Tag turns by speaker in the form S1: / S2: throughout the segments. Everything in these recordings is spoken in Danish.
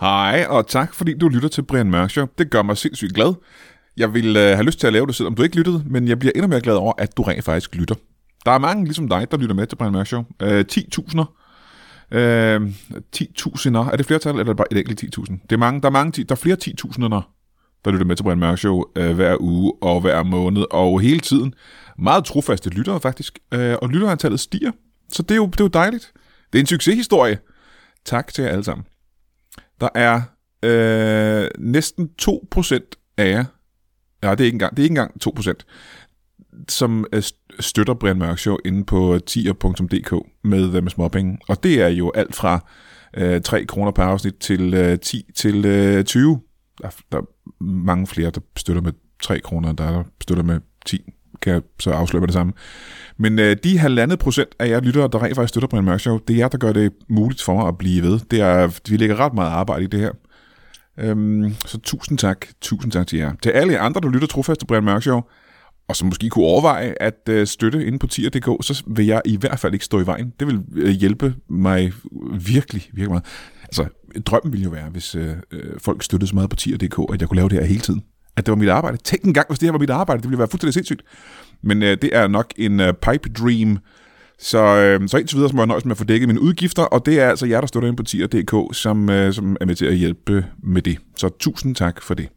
S1: Hej, og tak fordi du lytter til Brian Mørk Show. Det gør mig sindssygt glad. Jeg vil øh, have lyst til at lave det, selvom du ikke lyttede, men jeg bliver endnu mere glad over, at du rent faktisk lytter. Der er mange ligesom dig, der lytter med til Brian Mørk Show. Øh, 10.000'er. Øh, 10.000'er. Er det flertal, eller er det bare et enkelt 10.000? Det er mange, der, er mange, ti- der er flere 10.000'er, der lytter med til Brian Mørk Show øh, hver uge og hver måned og hele tiden. Meget trofaste lyttere faktisk, øh, og lytterantallet stiger. Så det er, jo, det er jo dejligt. Det er en succeshistorie. Tak til jer alle sammen. Der er øh, næsten 2% af jer, nej, det er ikke engang, det er ikke engang 2%, som øh, st- støtter Brian Mørk Show inde på tier.dk med, øh, med småpenge. Og det er jo alt fra øh, 3 kroner per afsnit til øh, 10 til øh, 20. Der, er- der er mange flere, der støtter med 3 kroner, end der, er, der støtter med 10 kan jeg så afsløre med det samme. Men øh, de halvandet procent af jer lyttere, der rent faktisk støtter Brian Mørk Show, det er jer, der gør det muligt for mig at blive ved. Det er, vi lægger ret meget arbejde i det her. Øhm, så tusind tak, tusind tak til jer. Til alle jer andre, der lytter trofast til Brian Mørk Show, og som måske kunne overveje at øh, støtte inde på tier.dk, så vil jeg i hvert fald ikke stå i vejen. Det vil øh, hjælpe mig virkelig, virkelig meget. Altså, drømmen ville jo være, hvis øh, øh, folk støttede så meget på tier.dk, at jeg kunne lave det her hele tiden. At det var mit arbejde. Tænk engang, hvis det her var mit arbejde. Det ville være fuldstændig sindssygt. Men øh, det er nok en øh, pipe dream. Så, øh, så indtil videre så må jeg nøjes med at få dækket mine udgifter, og det er altså jer, der støtter ind på tier.dk, som, øh, som er med til at hjælpe med det. Så tusind tak for det.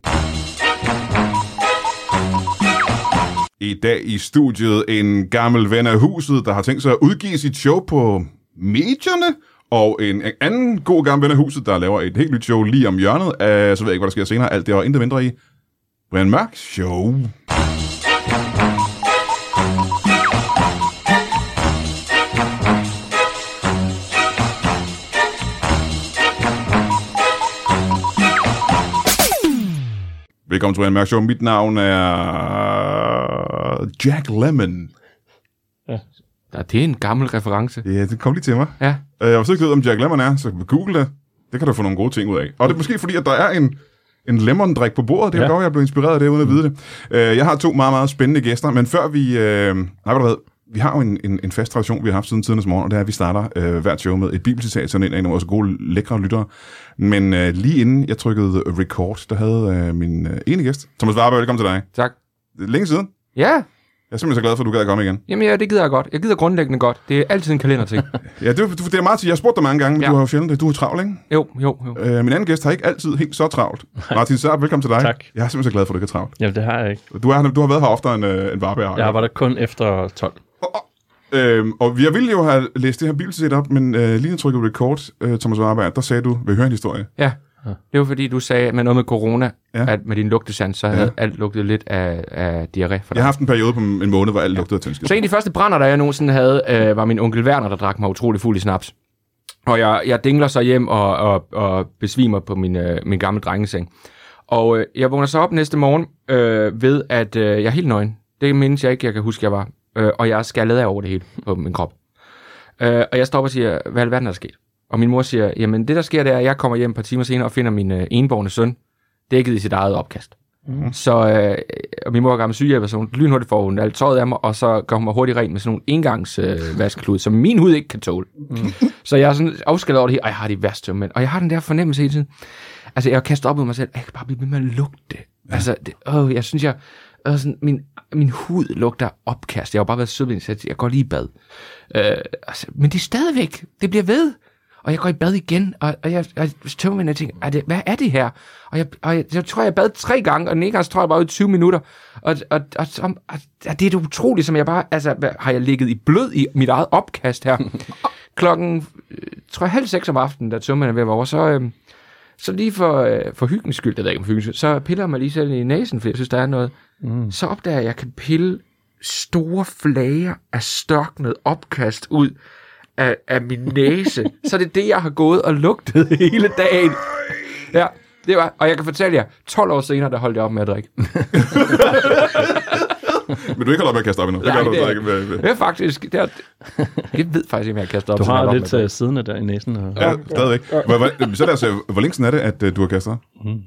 S2: I dag i studiet en gammel ven af huset, der har tænkt sig at udgive sit show på medierne, og en anden god gammel ven af huset, der laver et helt nyt show lige om hjørnet. Uh, så ved jeg ikke, hvad der sker senere. Alt det og intet mindre i Brian Mørk Show. Velkommen til Brian Mørk Show. Mit navn er Jack Lemmon.
S3: Ja, det er en gammel reference.
S2: Ja, det kom lige til mig.
S3: Ja.
S2: Øh, og hvis du ikke ved, om Jack Lemmon er, så google det. Det kan du få nogle gode ting ud af. Og det er måske fordi, at der er en, en lemmondrik på bordet. Det er ja.
S4: Ja.
S2: godt, jeg blev inspireret af det, uden at vide det. Øh, jeg har to meget, meget spændende gæster, men før vi... Øh, nej, ved du hvad vi har jo en, en, en fast tradition, vi har haft siden tidernes morgen, og det er, at vi starter øh, hvert show med et bibelcitat, sådan en af en af vores gode, lækre lyttere. Men øh, lige inden jeg trykkede record, der havde øh, min øh, ene gæst, Thomas Warberg, velkommen til dig.
S3: Tak.
S2: Det er Længe siden.
S3: Ja,
S2: Jeg er simpelthen så glad for, at du gad at komme igen.
S3: jamen ja, det gider jeg godt. Jeg gider grundlæggende godt. Det er altid en kalenderting.
S2: Ja, det, du- det er meget til. Jeg har spurgt dig mange gange, men ja.
S3: Ja.
S2: du har jo sjældent det. Du er travl, ikke?
S3: jo, jo, jo.
S2: Øh, min anden gæst har ikke altid helt så travlt. Martin Sørp, velkommen til dig.
S4: Tak.
S2: Jeg er simpelthen så glad for, at du ikke er travlt.
S4: Jamen, det har jeg ikke.
S2: Du, er, du har været her oftere end, øh, end Varberg. har.
S4: Jeg arbejder kun efter 12.
S2: Øhm, og jeg ville jo have læst det her bibelcitat op, men øh, lige når jeg trykkede record, øh, Thomas Warberg, der sagde du, vil I høre en historie.
S3: Ja. Det var fordi, du sagde med noget med corona,
S2: Ja.
S3: ja. at med din lugtesans, så havde alt lugtet lidt af, af diarré for dig.
S2: Jeg har haft en periode på en måned, hvor alt lugtede af tyndskid.
S3: Så en af de første brænder, der jeg nogensinde havde, øh, var min onkel Werner, der drak mig utrolig fuld i snaps. Og jeg, jeg dingler så hjem og, og, og besvimer på min, øh, min gamle drengeseng. Og øh, jeg vågner så op næste morgen øh, ved, at øh, jeg er helt nøgen. Det mindes jeg ikke, jeg kan huske, jeg var. Øh, og jeg er skaldet af over det hele på min krop. Øh, og jeg stopper og siger, hvad i alverden er der sket? Og min mor siger, jamen det der sker, det er, at jeg kommer hjem et par timer senere og finder min øh, enborgne søn dækket i sit eget opkast. Så øh, og min mor er gammel sygehjælper, så hun lynhurtigt får hun alt tøjet af mig, og så gør hun mig hurtigt ren med sådan nogle engangs øh, vaskeklud, som min hud ikke kan tåle. Mm. Så jeg er sådan afskaldet over det her, og jeg har det værste men, og jeg har den der fornemmelse hele tiden. Altså, jeg kaster op ud af mig selv, og jeg kan bare blive ved med at lugte det. Altså, det, åh, jeg synes, jeg, øh, sådan, min, min hud lugter opkast. Jeg har jo bare været sødvind, så jeg- jeg går lige i bad. Øh, altså, men det er stadigvæk, det bliver ved. Og jeg går i bad igen, og, og jeg, og jeg tømmer mig, og jeg tænker, er det, hvad er det her? Og jeg, og jeg, jeg tror, jeg bad tre gange, og den ene gang, så tror jeg bare ud i 20 minutter. Og, og, og, og, og det er det utroligt, som jeg bare, altså, hvad, har jeg ligget i blød i mit eget opkast her? Klokken, øh, tror jeg, halv seks om aftenen, da tømmerne er ved at være over, så, øh, så lige for, øh, for hyggens skyld, det ved jeg ikke om hyggens skyld, så piller jeg mig lige selv i næsen, fordi jeg synes, der er noget. Mm. Så opdager jeg, at jeg kan pille store flager af størknet opkast ud af, af min næse. så det er det, jeg har gået og lugtet hele dagen. Ja, det var, og jeg kan fortælle jer, 12 år senere, der holdt jeg op med at drikke.
S2: Men du er ikke holdt op med at kaste op endnu. Det
S3: Nej,
S2: gør du Øh,
S3: det
S2: så
S3: er-
S2: ikke. Med, med.
S3: Det er faktisk, det, er, jeg ved faktisk ikke, om jeg har kastet op.
S4: Du
S3: siden jeg
S4: har
S3: holdt op
S4: lidt
S3: med
S4: uh,
S3: at
S4: siddende der i næsen. Og...
S2: Ja, stadigvæk. Hvor, hvor, så lad os, øh, hvor længe siden er det, at øh, du har kastet op?
S3: drikke.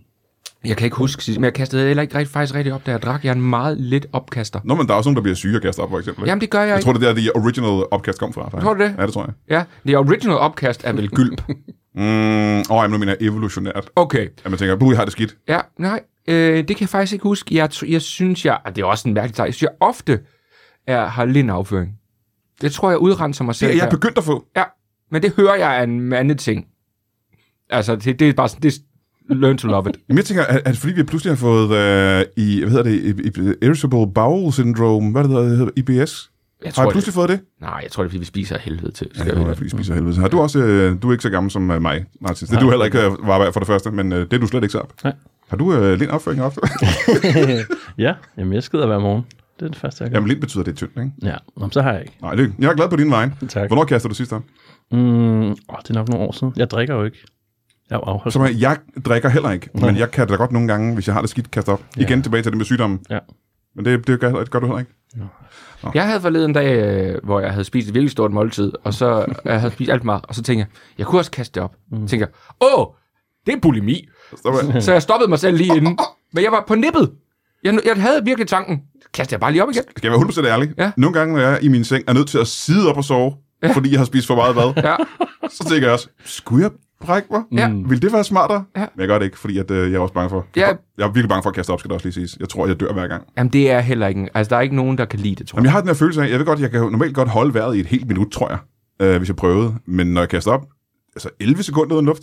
S3: Jeg kan ikke huske, sidst, men jeg kastede heller ikke rigtig, faktisk rigtig op, da jeg drak. Jeg er en meget lidt opkaster.
S2: Nå, men der er også nogen, der bliver syge og kaster op, for eksempel. ikke?
S3: Jamen, det gør jeg
S2: jeg
S3: ikke.
S2: tror, det er der, de original opkast kom fra. Faktisk.
S3: Tror du det?
S2: Ja, det tror jeg.
S3: Ja, det original opkast er vel gylp.
S2: Mm, åh, jamen, nu mener jeg evolutionært.
S3: Okay,
S2: At man tænker, buh, jeg har det skidt.
S3: ja, nej, øh, det kan jeg faktisk ikke huske. Jeg, tr- jeg synes, jeg, og det er også en mærkelig tegn, jeg synes, jeg ofte er, har lindafføring. Det tror jeg udrenser mig
S2: Det
S3: selv.
S2: er jeg
S3: der.
S2: begyndt at få.
S3: Ja, men det hører jeg af en anden ting. Altså, det, det er bare sådan, det er learn to love it.
S2: Jamen, jeg tænker, at, at fordi vi pludselig har fået øh, i, hvad hedder det, i, i, irritable bowel syndrome, hvad det hedder, det hedder IBS.
S3: Jeg
S2: Har
S3: tror,
S2: jeg
S3: det,
S2: pludselig fået det?
S3: nej, jeg tror, det er, fordi vi spiser af helvede til.
S2: Ja,
S3: Skal
S2: det
S3: jeg
S2: kan være,
S3: høre.
S2: fordi spiser helvede. Så Har du også, øh, du er ikke så gammel som øh, mig, Martin. Det er du heller ikke, øh, var for det første, men øh, det er du slet ikke så op.
S4: Nej.
S2: Har du øh, lind opføring ofte?
S4: ja, jamen jeg skider hver morgen. Det er det første, jeg gør.
S2: Jamen lind betyder, at det er tyndt, ikke?
S4: Ja, Nå, men så har jeg ikke.
S2: Nej, det, jeg er glad på din vegne.
S4: Tak.
S2: Hvornår kaster du sidst op?
S4: Mm, åh, det er nok nogle år siden. Jeg drikker jo ikke. Jeg er jo afholdt.
S2: Som er, jeg drikker heller ikke, men jeg kan da godt nogle gange, hvis jeg har det skidt, kaste op. Igen tilbage til det med sygdommen.
S4: Ja.
S2: Men det, det gør, det gør du heller ikke.
S3: Jeg havde forleden dag, øh, hvor jeg havde spist et virkelig stort måltid, og så øh, jeg havde spist alt for meget, og så tænkte jeg, jeg kunne også kaste det op. Mm. Tænker, åh, det er bulimi.
S2: Stop af.
S3: Så jeg stoppede mig selv lige inden. Men jeg var på nippet. Jeg, jeg havde virkelig tanken, kaster jeg bare lige op igen.
S2: Skal jeg være 100% ærlig?
S3: Ja.
S2: Nogle gange, når jeg er i min seng, er nødt til at sidde op og sove, ja. fordi jeg har spist for meget mad.
S3: Ja,
S2: Så tænker jeg også, skulle jeg brække mig?
S3: ja.
S2: Vil det være smartere?
S3: Ja.
S2: Men jeg gør det ikke, fordi at, øh, jeg er også bange for.
S3: Ja.
S2: Jeg er virkelig bange for at kaste op, skal det også lige siges. Jeg tror, jeg dør hver gang.
S3: Jamen, det er heller ikke, en- altså der er ikke nogen, der kan lide det, tror
S2: Jamen,
S3: jeg.
S2: jeg har den her følelse af, jeg ved godt, jeg kan jo normalt godt holde vejret i et helt minut, tror jeg, øh, hvis jeg prøvede. Men når jeg kaster op, altså 11 sekunder uden luft,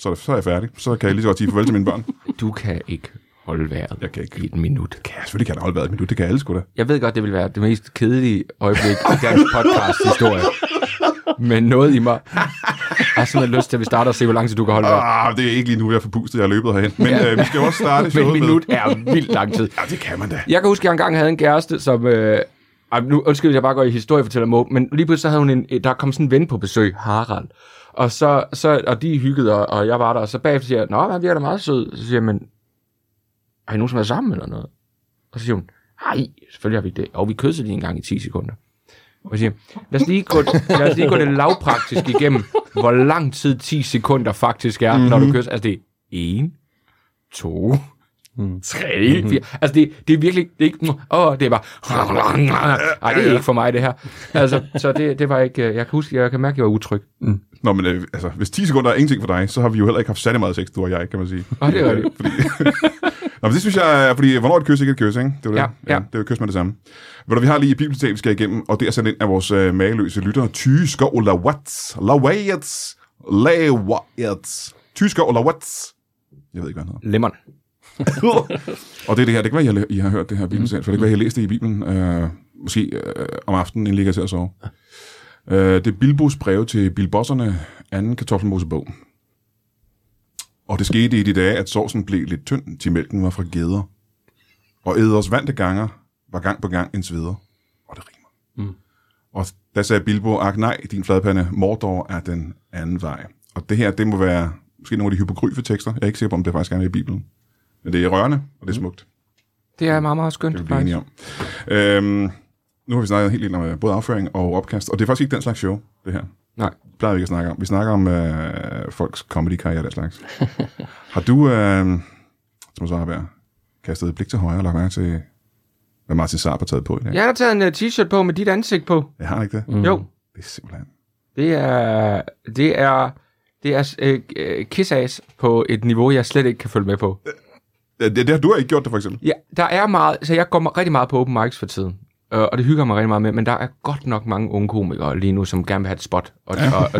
S2: så er, det, så er jeg færdig. Så kan jeg lige så godt sige farvel til mine børn.
S3: Du kan ikke holde vejret
S2: Jeg kan ikke.
S3: i et minut.
S2: Ja, selvfølgelig kan jeg da holde vejret i et minut. Det kan alle sgu da.
S3: Jeg ved godt, det vil være det mest kedelige øjeblik i dansk podcast-historie. Men noget i mig har sådan lidt lyst til, at vi starter og se, hvor lang tid du kan holde vejret.
S2: Ah, det er ikke lige nu, jeg er forpustet. Jeg er løbet herhen. Men
S3: Ja.
S2: øh, vi skal jo også starte
S3: Men
S2: showet
S3: et
S2: med...
S3: minut er vildt lang tid.
S2: Ja, det kan man da.
S3: Jeg kan huske, at jeg engang havde en kæreste, som... Øh, ej, nu undskyld, jeg bare går i historiefortæller mode, men lige pludselig så havde hun en, der kom sådan en ven på besøg, Harald. Og, så, så, og de hyggede, og, og jeg var der, og så bagefter siger jeg, Nå, han virker da meget sød. Så siger jeg, men har I nogensinde været sammen eller noget? Og så siger hun, nej, selvfølgelig har vi ikke det. Og vi kyssede lige en gang i 10 sekunder. Og jeg siger, lad os lige gå, lad os lige gå det lavpraktisk igennem, hvor lang tid 10 sekunder faktisk er, mm-hmm. når du kysser. Altså det er 1, 2, 3, 4. Altså det, det er virkelig, det er ikke, åh, det er bare, nej, det er ikke for mig det her. Altså, så det, det var ikke, øh, jeg kan huske, jeg kan mærke, at jeg var utryg.
S2: Nå, men øh, altså, hvis 10 sekunder er ingenting for dig, så har vi jo heller ikke haft særlig meget sex, du og jeg, kan man sige. Øh,
S3: Og det er rigtigt.
S2: fordi... Nå, men det synes jeg, er- fordi hvornår et kys ikke er et kys, ikke? Det er jo det.
S3: Ja, ja.
S2: Det er jo et kys med det samme. Ved du, vi har lige et bibelcitat, vi skal igennem, og det er sendt ind af vores øh, mageløse lyttere, Tyge Skov Lawats. Lawats. Lawats. Tyge Skov Lawats. Jeg ved ikke, hvad han
S3: Lemmerne.
S2: hedder. og det er det her, det kan være, I har, I har hørt det her bibelcitat, for det kan være, I har læst det i Bibelen, øh, måske øh, om aftenen, inden I ligger til at sove. Øh, det er Bilbos breve til Bilbosserne, anden kartoffelmosebog. Og det skete i de dage, at sovsen blev lidt tynd, til mælken var fra geder. Og Eders vante ganger var gang på gang en sveder. Og det rimer. Mm. Og der sagde Bilbo, ak nej, din fladpande, Mordor er den anden vej. Og det her, det må være måske nogle af de hypogryfe tekster. Jeg er ikke sikker på, om det faktisk er med i Bibelen. Men det er rørende, og det er smukt.
S3: Det er meget, meget
S2: Det er vi
S3: skønt,
S2: blive
S3: Mm. faktisk.
S2: enige om. Øhm, nu har vi snakket helt lidt om øh, både afføring og opkast, og det er faktisk ikke den slags show, det her.
S3: Nej.
S2: Det plejer vi ikke at snakke om. Vi snakker om øh, folks comedy-karriere og den slags. har du, øh, som så har været, kastet et blik til højre og lagt mærke til, hvad Martin Saab har taget på i dag?
S3: Jeg har taget en uh, t-shirt på med dit ansigt på.
S2: Jeg har ikke det.
S3: Mm. Jo,
S2: Det er simpelthen...
S3: det er, det er, det er øh, kissass på et niveau, jeg slet ikke kan følge med på.
S2: Ja, Det, det har du ikke gjort det, for eksempel.
S3: Ja, der er meget, så jeg går mig rigtig meget på open mics for tiden. Øh, og det hygger mig rigtig meget med, men der er godt nok mange unge komikere lige nu, som gerne vil have et spot. Og, og, og,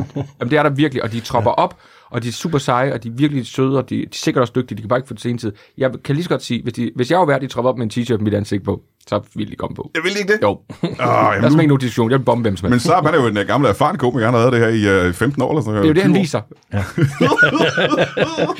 S3: jamen, det er der virkelig, og de tropper op, og de er super seje, og de er virkelig søde, og de, de er sikkert også dygtige, de kan bare ikke få det tid. Jeg kan lige så godt sige, hvis, de, hvis jeg var værd, de tropper op med en t-shirt med mit ansigt på, så ville de komme på.
S2: Jeg vil ikke det.
S3: Jo,
S2: Oh,
S3: der er
S2: jamen,
S3: simpelthen
S2: nu,
S3: ikke nogen diskussion, jeg vil bombe hvem som
S2: men
S3: helst.
S2: Saab han er jo en øh, gammel erfaren komiker, han har lavet det her i øh, 15 år eller sådan noget.
S3: Det er jo det, han viser.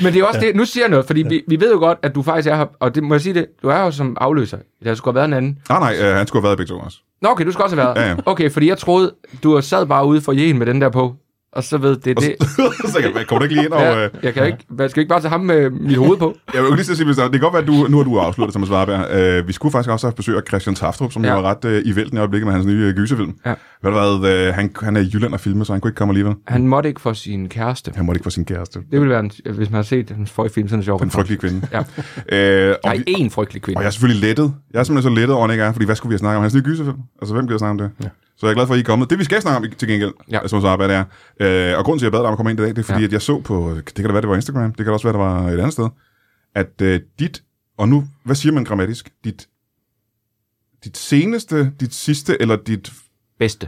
S3: Men det er også det, nu siger jeg noget, fordi vi, vi ved jo godt, at du faktisk er her, og det må jeg sige det, du er jo som afløser. Der skulle have været en anden.
S2: Ah, nej, øh, han skulle have været i begge to også.
S3: Nå, okay, du skal også have været.
S2: Ja,
S3: Ja,
S2: ja.
S3: ja. Okay, fordi jeg troede, du sad bare ude for jæen med den der på. Og så ved det, det...
S2: så kan jeg, kommer du ikke lige ind og...
S3: Ja,
S2: Øh,
S3: jeg kan ikke, hvad, skal jeg ikke bare tage ham med mit hoved på?
S2: Jeg vil jo lige så sige, hvis der- det kan godt være, at du, nu har du afsluttet, Thomas Warberg. Øh, vi skulle faktisk også have haft besøg af Christian Taftrup, som ja.
S3: Ja.
S2: jo var ret øh, i vælten i øjeblikket med hans nye øh, gyserfilm.
S3: Ja.
S2: Ved du hvad, øh, han, han er i Jylland og filmer, så han kunne ikke komme alligevel.
S3: Han måtte ikke få sin kæreste.
S2: Han måtte ikke få sin kæreste.
S3: Det ville være, en, hvis man har set den forrige film, sådan en sjov.
S2: Den frygtelige kvinde.
S3: Ja.
S2: Øh, og,
S3: Nej,
S2: vi,
S3: én frygtelig kvinde.
S2: og jeg er selvfølgelig lettet. Jeg er simpelthen så lettet over, at han ikke er, fordi hvad skulle vi have snakket om? Hans nye gyserfilm? Altså, hvem gider snakke om det? Ja. Så jeg er glad for, at I er kommet. Det, vi skal snakke om i- til gengæld, ja.
S3: Ja.
S2: som så arbejde er, øh, og grunden til, at jeg bad dig om at komme ind i dag, det er fordi, ja.
S3: Ja.
S2: at jeg så på, det kan da være, det var Instagram, det kan da også være, det var et andet sted, at øh, dit, og nu, hvad siger man grammatisk? Dit, dit seneste, dit sidste, eller dit,
S3: Bedste.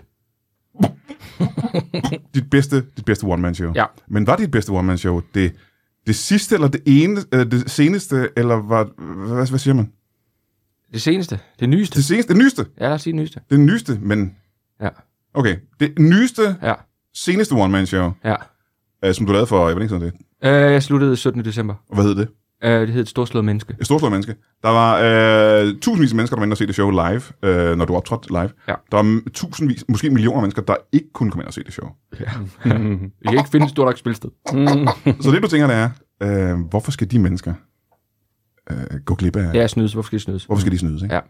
S2: dit bedste, dit bedste one-man-show?
S3: Ja.
S2: Men var dit bedste one-man-show det, det sidste, eller det ene, eller det seneste, eller var, hvad, hvad siger man?
S3: Det seneste. Det nyeste.
S2: Det seneste, det nyeste,
S3: Ja, lad os sige det nyeste.
S2: det nyeste, men
S3: Ja,
S2: okay, det nyeste,
S3: ja,
S2: seneste one-man-show,
S3: ja.
S2: øh, som du lavede for, jeg ved ikke sådan det,
S3: Øh, jeg sluttede 17. december.
S2: hvad hed det?
S3: Øh, det hed Et storslået menneske.
S2: Et storslået menneske. Der var øh, tusindvis af mennesker, der var inde og se det show live, øh, når du optrådte live.
S3: Ja.
S2: Der var m- tusindvis, måske millioner af mennesker, der ikke kunne komme ind og se det show.
S4: Mm.
S3: Vi kan ikke finde et stort nok spilsted.
S2: Så det, du tænker, det er, øh, hvorfor skal de mennesker øh, gå glip af...
S3: Det er snydes. Hvorfor skal det snydes?
S2: Hvorfor skal de snydes, ikke?
S3: Ja.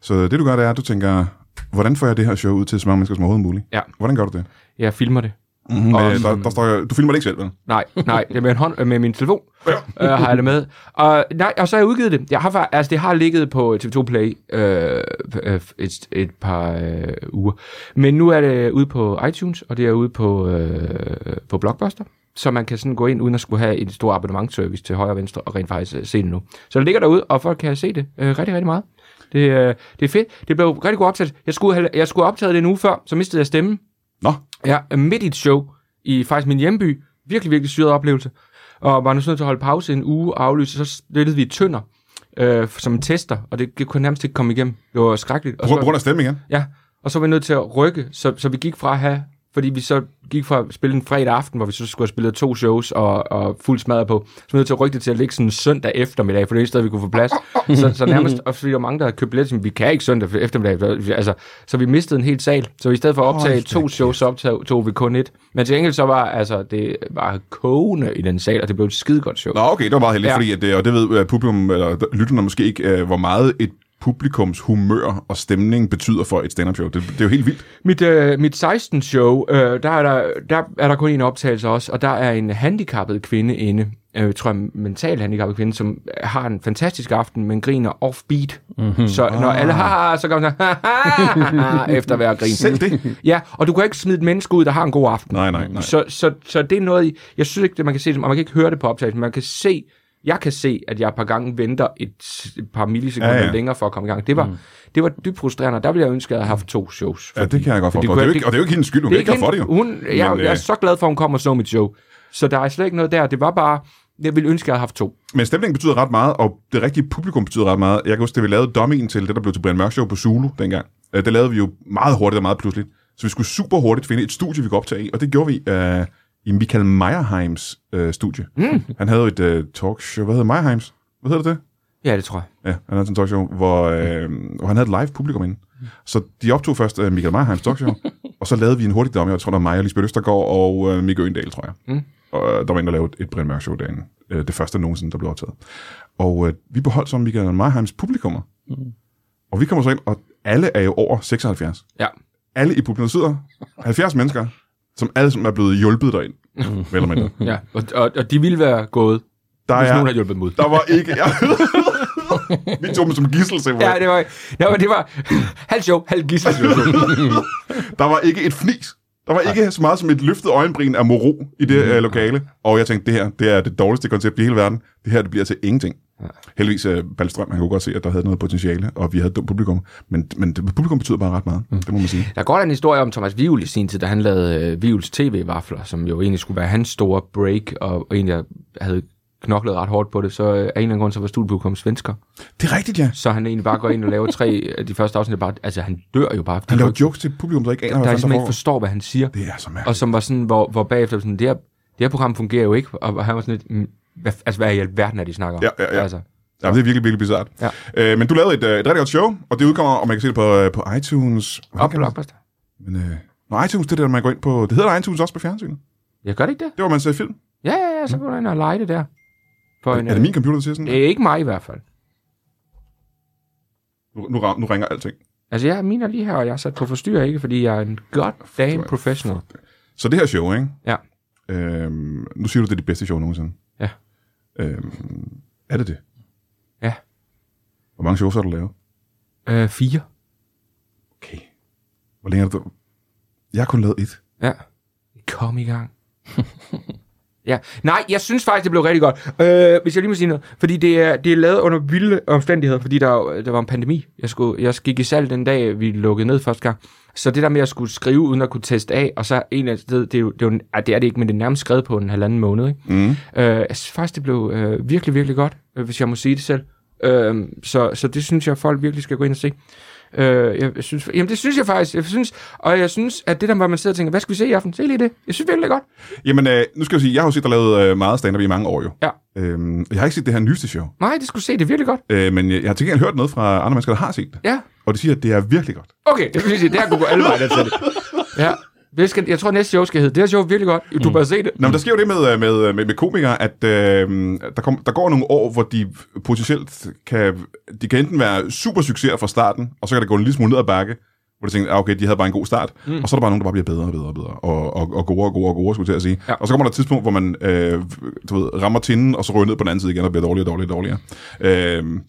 S2: Så det, du gør, det er, at du tænker, hvordan får jeg det her show ud til så mange mennesker som overhovedet muligt?
S3: Ja.
S2: Hvordan gør du det?
S3: Jeg filmer det.
S2: Mm-hmm.
S3: Og-
S2: Øh, der, der står, du filmer det ikke selv, vel?
S3: Nej, nej, det er med, en hånd, øh, med min telefon øh, har jeg det med. Og, nej, og så har jeg udgivet det. Jeg har, fa- altså, det har ligget på TV2 Play øh, øh, et, et par øh, uger. Men nu er det ude på iTunes, og det er ude på, øh, på Blockbuster. Så man kan sådan gå ind, uden at skulle have en stor abonnementservice til højre og venstre, og rent faktisk øh, se det nu. Så det ligger derude, og folk kan se det øh, rigtig, rigtig meget. Det, øh, det er fedt. Det blev rigtig godt optaget. Jeg skulle, have, jeg skulle have optaget det en uge før, så mistede jeg stemmen.
S2: Nå,
S3: Ja, midt i et show i faktisk min hjemby. Virkelig, virkelig syret oplevelse. Og var nu nødt til at holde pause en uge og aflyse. Så spillede vi i tønder øh, som en tester, og det, det kunne nærmest ikke komme igennem. Det var skrækkeligt. Og
S2: på, på
S3: så,
S2: grund af stemme igen.
S3: ja, og så var vi nødt til at rykke, så, så vi gik fra at have fordi vi så gik fra at spille en fredag aften, hvor vi så skulle have spillet to shows og, og fuld smadret på, så var vi nødt til at rykke det til at ligge sådan en søndag eftermiddag, for det er et sted, vi kunne få plads. Så, så nærmest, og fordi der var mange, der havde købt billetter, som vi kan ikke søndag eftermiddag. så- Altså, så vi mistede en hel sal. Så i stedet for at optage
S2: Hold da
S3: to shows, så optog tog vi kun et. Men til gengæld så var altså, det var kogende i den sal, og det blev et skidegodt show.
S2: Nå, okay, det var meget heldigt, ja.
S3: Ja.
S2: fordi at, det- og det ved øh, publikum, eller d- lytterne måske ikke, øh, hvor meget et publikums humør og stemning betyder for et stand-up show. Det, det er jo helt vildt.
S3: Mit, øh, mit 16. show, øh, der, er der, der er der kun en optagelse også, og der er en handicappet kvinde inde, øh, tror jeg, en mental handicappet kvinde, som har en fantastisk aften, men griner off-beat.
S2: Mhm.
S3: Mm-hmm. Så når
S2: Ah.
S3: alle har, så går man sådan, "Haha," efter hver grin.
S2: Selv det?
S3: Ja, og du kan ikke smide et menneske ud, der har en god aften.
S2: Nej, nej, nej.
S3: Så, så, så det er noget, jeg synes ikke, det, man kan se, det som- og man kan ikke høre det på optagelsen, men man kan se, jeg kan se, at jeg et par gange venter et, et par millisekunder
S2: Ja,
S3: ja,
S2: ja.
S3: ja. længere for at komme i gang. Det var, mm. det var dybt frustrerende, og der ville jeg ønske, at jeg havde haft to shows.
S2: Ja, det kan jeg godt
S3: Fordi
S2: forstå. Og det er
S3: kunne
S2: jo
S3: jeg-
S2: ikke, og det er jo ikke hendes skyld, hun
S3: det
S2: kan
S3: er
S2: ikke gøre for det jo.
S3: Hun, jeg,
S2: Men,
S3: men,
S2: øh,
S3: jeg er så glad for, at hun kommer og så mit show. Så der er slet ikke noget der. Det var bare, jeg ville ønske, at jeg havde haft to.
S2: Men stemningen betyder ret meget, og det rigtige publikum betyder ret meget. Jeg kan huske, da vi lavede dummyen til det, der blev til Brian Mørk Show på Zulu dengang. Øh, Det lavede vi jo meget hurtigt og meget pludseligt. Så vi skulle super hurtigt finde et studie, vi kunne optage i, og det gjorde vi øh, i Michael Meyerheims øh, studie. Mm. Han havde jo et øh, talkshow, hvad hedder Meyerheims? Hvad hedder det?
S3: Ja, det tror
S2: Ja,
S3: jeg.
S2: han havde sådan en talkshow, hvor, øh, hvor han havde et live publikum inde. Så de optog først øh, Michael Meyerheims talkshow, og så lavede vi en hurtig dom. Jeg tror, der var mig og Lisbeth Østergaard og øh, Mikke Øendal, tror jeg. Mm. Og øh, der var en, der lavede et Brian Mørk show derinde. Øh, det første nogensinde, der blev optaget. Og øh, vi beholdt så Michael Meyerheims publikummer. Mm. Og vi kommer så ind, og alle er jo over 76.
S3: Ja.
S2: Alle i publikum sidder 70 mennesker, som alle som er blevet hjulpet derind. Mm. Vel og mindre.
S3: ja. Og, og, og, de ville være gået,
S2: Der,
S3: hvis nogen
S2: er,
S3: havde hjulpet dem ud.
S2: der var ikke... Ja. vi tog dem som gidsel, simpelthen.
S3: Ja, det var, ja, men det var halv show, halv gissel.
S2: Der var ikke et fnis. Der var ikke så meget som et løftet øjenbryn af moro i det øh, lokale. Og jeg tænkte, det her det er det dårligste koncept i hele verden. Det her det bliver til ingenting. Heldigvis, øh, Balstrøm, han kunne godt se, at der havde noget potentiale, og vi havde et dumt publikum. Men, men det, publikum betyder bare ret meget, mm. det må man sige.
S3: Der er godt en historie om Thomas Vivl i sin tid, da han lavede øh, Vivls TV-vafler, som jo egentlig skulle være hans store break, og, og egentlig havde knoklet ret hårdt på det, så øh, af en eller anden grund, så var studiepublikum svensker.
S2: Det er rigtigt, ja.
S3: Så han egentlig bare går ind og laver tre af de første afsnit, bare, altså han dør jo bare.
S2: Han laver jokes til et publikum, der ikke aner,
S3: der
S2: hvad
S3: er
S2: fanden
S3: simpelthen
S2: der
S3: ikke forstår, hvad han siger.
S2: foregår. Det er så mærkeligt.
S3: Og som var sådan, hvor, hvor bagefter sådan, det her, det her program fungerer jo ikke. Og han var sådan lidt, mm, hvad, altså hvad i alverden er det, de snakker om?
S2: Ja, ja, ja.
S3: Altså,
S2: Ja, det er virkelig, virkelig bizart.
S3: Ja.
S2: Øh, men du lavede et, øh, et rigtig godt show, og det udkommer, og man kan se det på, øh, på iTunes. Hvordan
S3: op
S2: kan man-
S3: blockbuster.
S2: Men, øh, Nå, iTunes, det er det, man går ind på. Det hedder iTunes også på fjernsynet.
S3: Jeg gør det ikke det?
S2: Det var, man ser film.
S3: Ja, ja, ja, så går du ind og lege det der. På en, øh,
S2: Er det min computer, der siger sådan?
S3: Det er ikke mig i hvert fald.
S2: Nu, nu, ram- nu ringer alting.
S3: Altså, jeg, min er lige her, og jeg er sat på forstyrrer, ikke? Fordi jeg er en goddamn
S2: Fuck.
S3: professional.
S2: Så det her show, ikke?
S3: Ja.
S2: Øhm, nu siger du, det er det bedste show nogensinde.
S3: Ja.
S2: Øhm, er det det?
S3: Ja.
S2: Hvor mange shows har du lavet?
S3: Øh, fire.
S2: Okay. Hvor længe har du... Jeg har kun lavet et.
S3: Ja. Kom i gang. ja. Nej, jeg synes faktisk, det blev rigtig godt. Øh, hvis jeg lige må sige noget. Fordi det er, det er lavet under vilde omstændigheder, fordi der, jo- der var en pandemi. Jeg, skulle, jeg gik i salg den dag, vi lukkede ned første gang. Så det der med at skulle skrive, uden at kunne teste af, og så en eller anden sted, det er, jo, det, er jo, en- ej, det er det ikke, men det er nærmest skrevet på en halvanden måned. Ikke?
S2: Mm.
S3: Øh, jeg synes faktisk, det blev øh, virkelig, virkelig godt, øh, hvis jeg må sige det selv. Øh, så, så det synes jeg, folk virkelig skal gå ind og se. Øh, jeg synes, jamen det synes jeg faktisk. Jeg synes, og jeg synes, at det der, hvor man sidder og tænker, hvad skal vi se i aften? Se lige det. Jeg synes virkelig, det er godt.
S2: Jamen, øh, nu skal jeg sige, jeg har jo set dig lavet øh, meget stand-up i mange år jo.
S3: Ja.
S2: Øhm, og jeg har ikke set det her nyeste show,
S3: Nej, det skulle se, det er virkelig godt.
S2: øh, men jeg, jeg har til gengæld hørt noget fra andre mennesker, der har set det.
S3: Ja.
S2: Og de siger, at det er virkelig godt.
S3: Okay, det vil sige, det her kunne gå alle vejen til det. Ja. Det skal, jeg tror, næste show skal hedde, det her show er virkelig godt. Du bør se det.
S2: Nå, men der sker jo det med, øh, med, med, med komikere, at øh, der, kom, der går nogle år, hvor de potentielt kan, de kan enten være super succeser fra starten, og så kan det gå en lille smule ned ad bakke, hvor de tænker, ah, okay, de havde bare en god start, mm. og så er der bare nogen, der bare bliver bedre og bedre og bedre, og, og, og gode og gode og gode, skulle jeg til at sige.
S3: Ja.
S2: Ja. Og så kommer der et tidspunkt, hvor man øh, du ved, rammer tinden, og så ryger ned på den anden side igen, og bliver dårligere og dårligere og dårligere. Øh,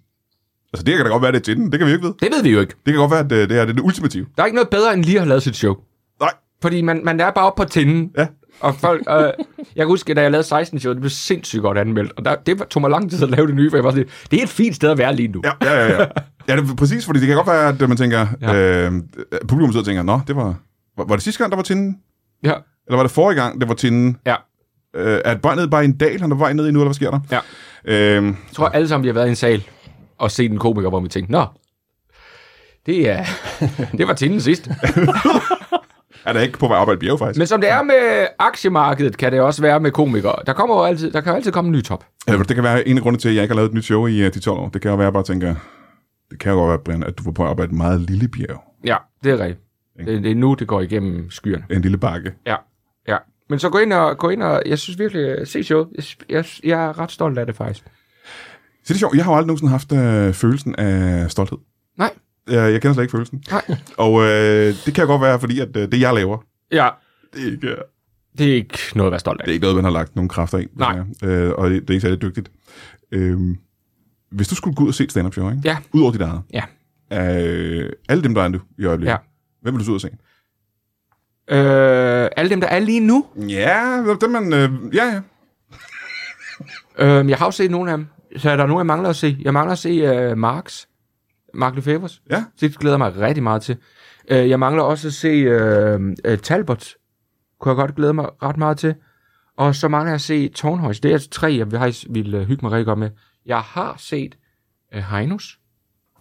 S2: altså, det kan da godt være, det er tinden, det kan vi jo ikke vide.
S3: Det ved vi jo ikke.
S2: Det kan godt være, at øh, det her det er det ultimative.
S3: Der er ikke noget bedre, end lige at have lavet sit show.
S2: Nej.
S3: Fordi man, man er bare oppe på tinden.
S2: Ja.
S3: Og folk, øh, jeg kan huske, da jeg lavede 16 show, det blev sindssygt godt anmeldt. Og der, det var- tog mig lang tid at lave det nye, for jeg var sådan, lidt, det er et fint sted at være lige nu.
S2: Ja, ja, ja. ja. ja det er præcis, fordi det kan godt være, at man tænker,
S3: Ja.
S2: ja. øh, publikum sidder og tænker, nå, det var, var, var det sidste gang, der var tinden?
S3: ja.
S2: Eller var det forrige gang, det var tinden?
S3: ja.
S2: Øh, er brændet bare i en dal, han er på vej ned i nu, eller hvad sker der?
S3: Ja.
S2: Øh,
S3: Jeg tror alle sammen, vi har været i en sal og set en komiker, hvor vi tænkte, nå, det, er, det var tinden sidst.
S2: er der ikke på vej op ad et bjerg, faktisk?
S3: Men som det er med aktiemarkedet, kan det også være med komikere. Der, kommer jo altid, der kan jo altid komme en ny top.
S2: Men... Øh, det kan være en af grundene til, at jeg ikke har lavet et nyt show i uh, de 12 år. Det kan jo være, at jeg bare tænker, det kan jo godt være, Brian, at du var på vej op ad et meget lille bjerg.
S3: Ja, det er rigtigt. Det, det er nu, det går igennem skyerne.
S2: En lille bakke.
S3: Ja, ja. Men så gå ind og, gå ind og jeg synes virkelig, øh, se showet. Jeg, sy- jeg, jeg er ret stolt af det faktisk.
S2: Så det er sjovt, jeg har jo aldrig nogensinde haft øh, følelsen af stolthed. Øh,
S3: Nej,
S2: Jeg, jeg kender slet ikke følelsen.
S3: nej.
S2: Og øh, det kan jo godt være, fordi at, øh, det, jeg laver,
S3: Ja,
S2: det er ikke... øh,
S3: det er ikke noget at være stolt af.
S2: Det er ikke noget, man har lagt nogle kræfter ind.
S3: Nej.
S2: Øh, og det, det er ikke særlig dygtigt. Øh, hvis du skulle gå ud og se et stand-up show, ikke?
S3: Ja.
S2: Udover dit eget.
S3: Ja.
S2: Øh, alle dem, der er nu i øjeblikket.
S3: Ja.
S2: Hvem vil du så ud og se?
S3: Øh, alle dem, der er lige nu.
S2: Ja, dem man... Øh, ja, ja.
S3: Øh, jeg har jo set nogle af dem. Så er der nogen, jeg mangler at se. Jeg mangler at se øh, Marx. Mark Lefebvre's.
S2: Ja.
S3: Det glæder jeg mig rigtig meget til. Øh, jeg mangler også at se øh, øh, Talbot. Kunne jeg godt glæde mig ret meget til. Og så mangler jeg at se Tornhøjs. Det er altså tre, jeg faktisk ville øh, hygge mig rigtig godt med. Jeg har set øh, Heinus,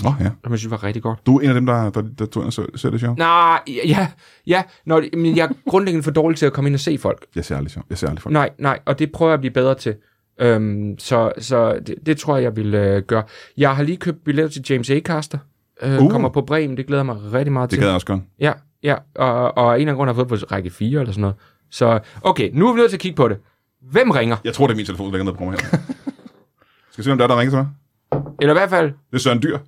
S2: Nå, ja.
S3: som jeg synes var rigtig godt.
S2: Du er en af dem, der, der, der tog ind og så, så det show.
S3: Nej, ja, ja. Nå, men jeg er grundlæggende for dårlig til at komme ind og se folk.
S2: Jeg ser aldrig show. Jeg ser aldrig folk.
S3: Nej, nej, og det prøver jeg at blive bedre til. Øhm, så så det, det tror jeg, jeg vil øh, gøre. Jeg har lige købt billetter til James Acaster. Øh,
S2: Uh.
S3: uh. Kommer på Bremen, det glæder jeg mig rigtig meget
S2: Det
S3: til.
S2: gad jeg også godt.
S3: Ja, ja, og, og af en eller anden grund har jeg fået på række 4 eller sådan noget. Så okay, nu er vi nødt til at kigge på det. Hvem ringer?
S2: Jeg tror, det er min telefon, der ligger nede på rummet her. Skal vi se, om der er, der ringer til mig?
S3: Eller i hvert fald,
S2: Det er Søren Dyr.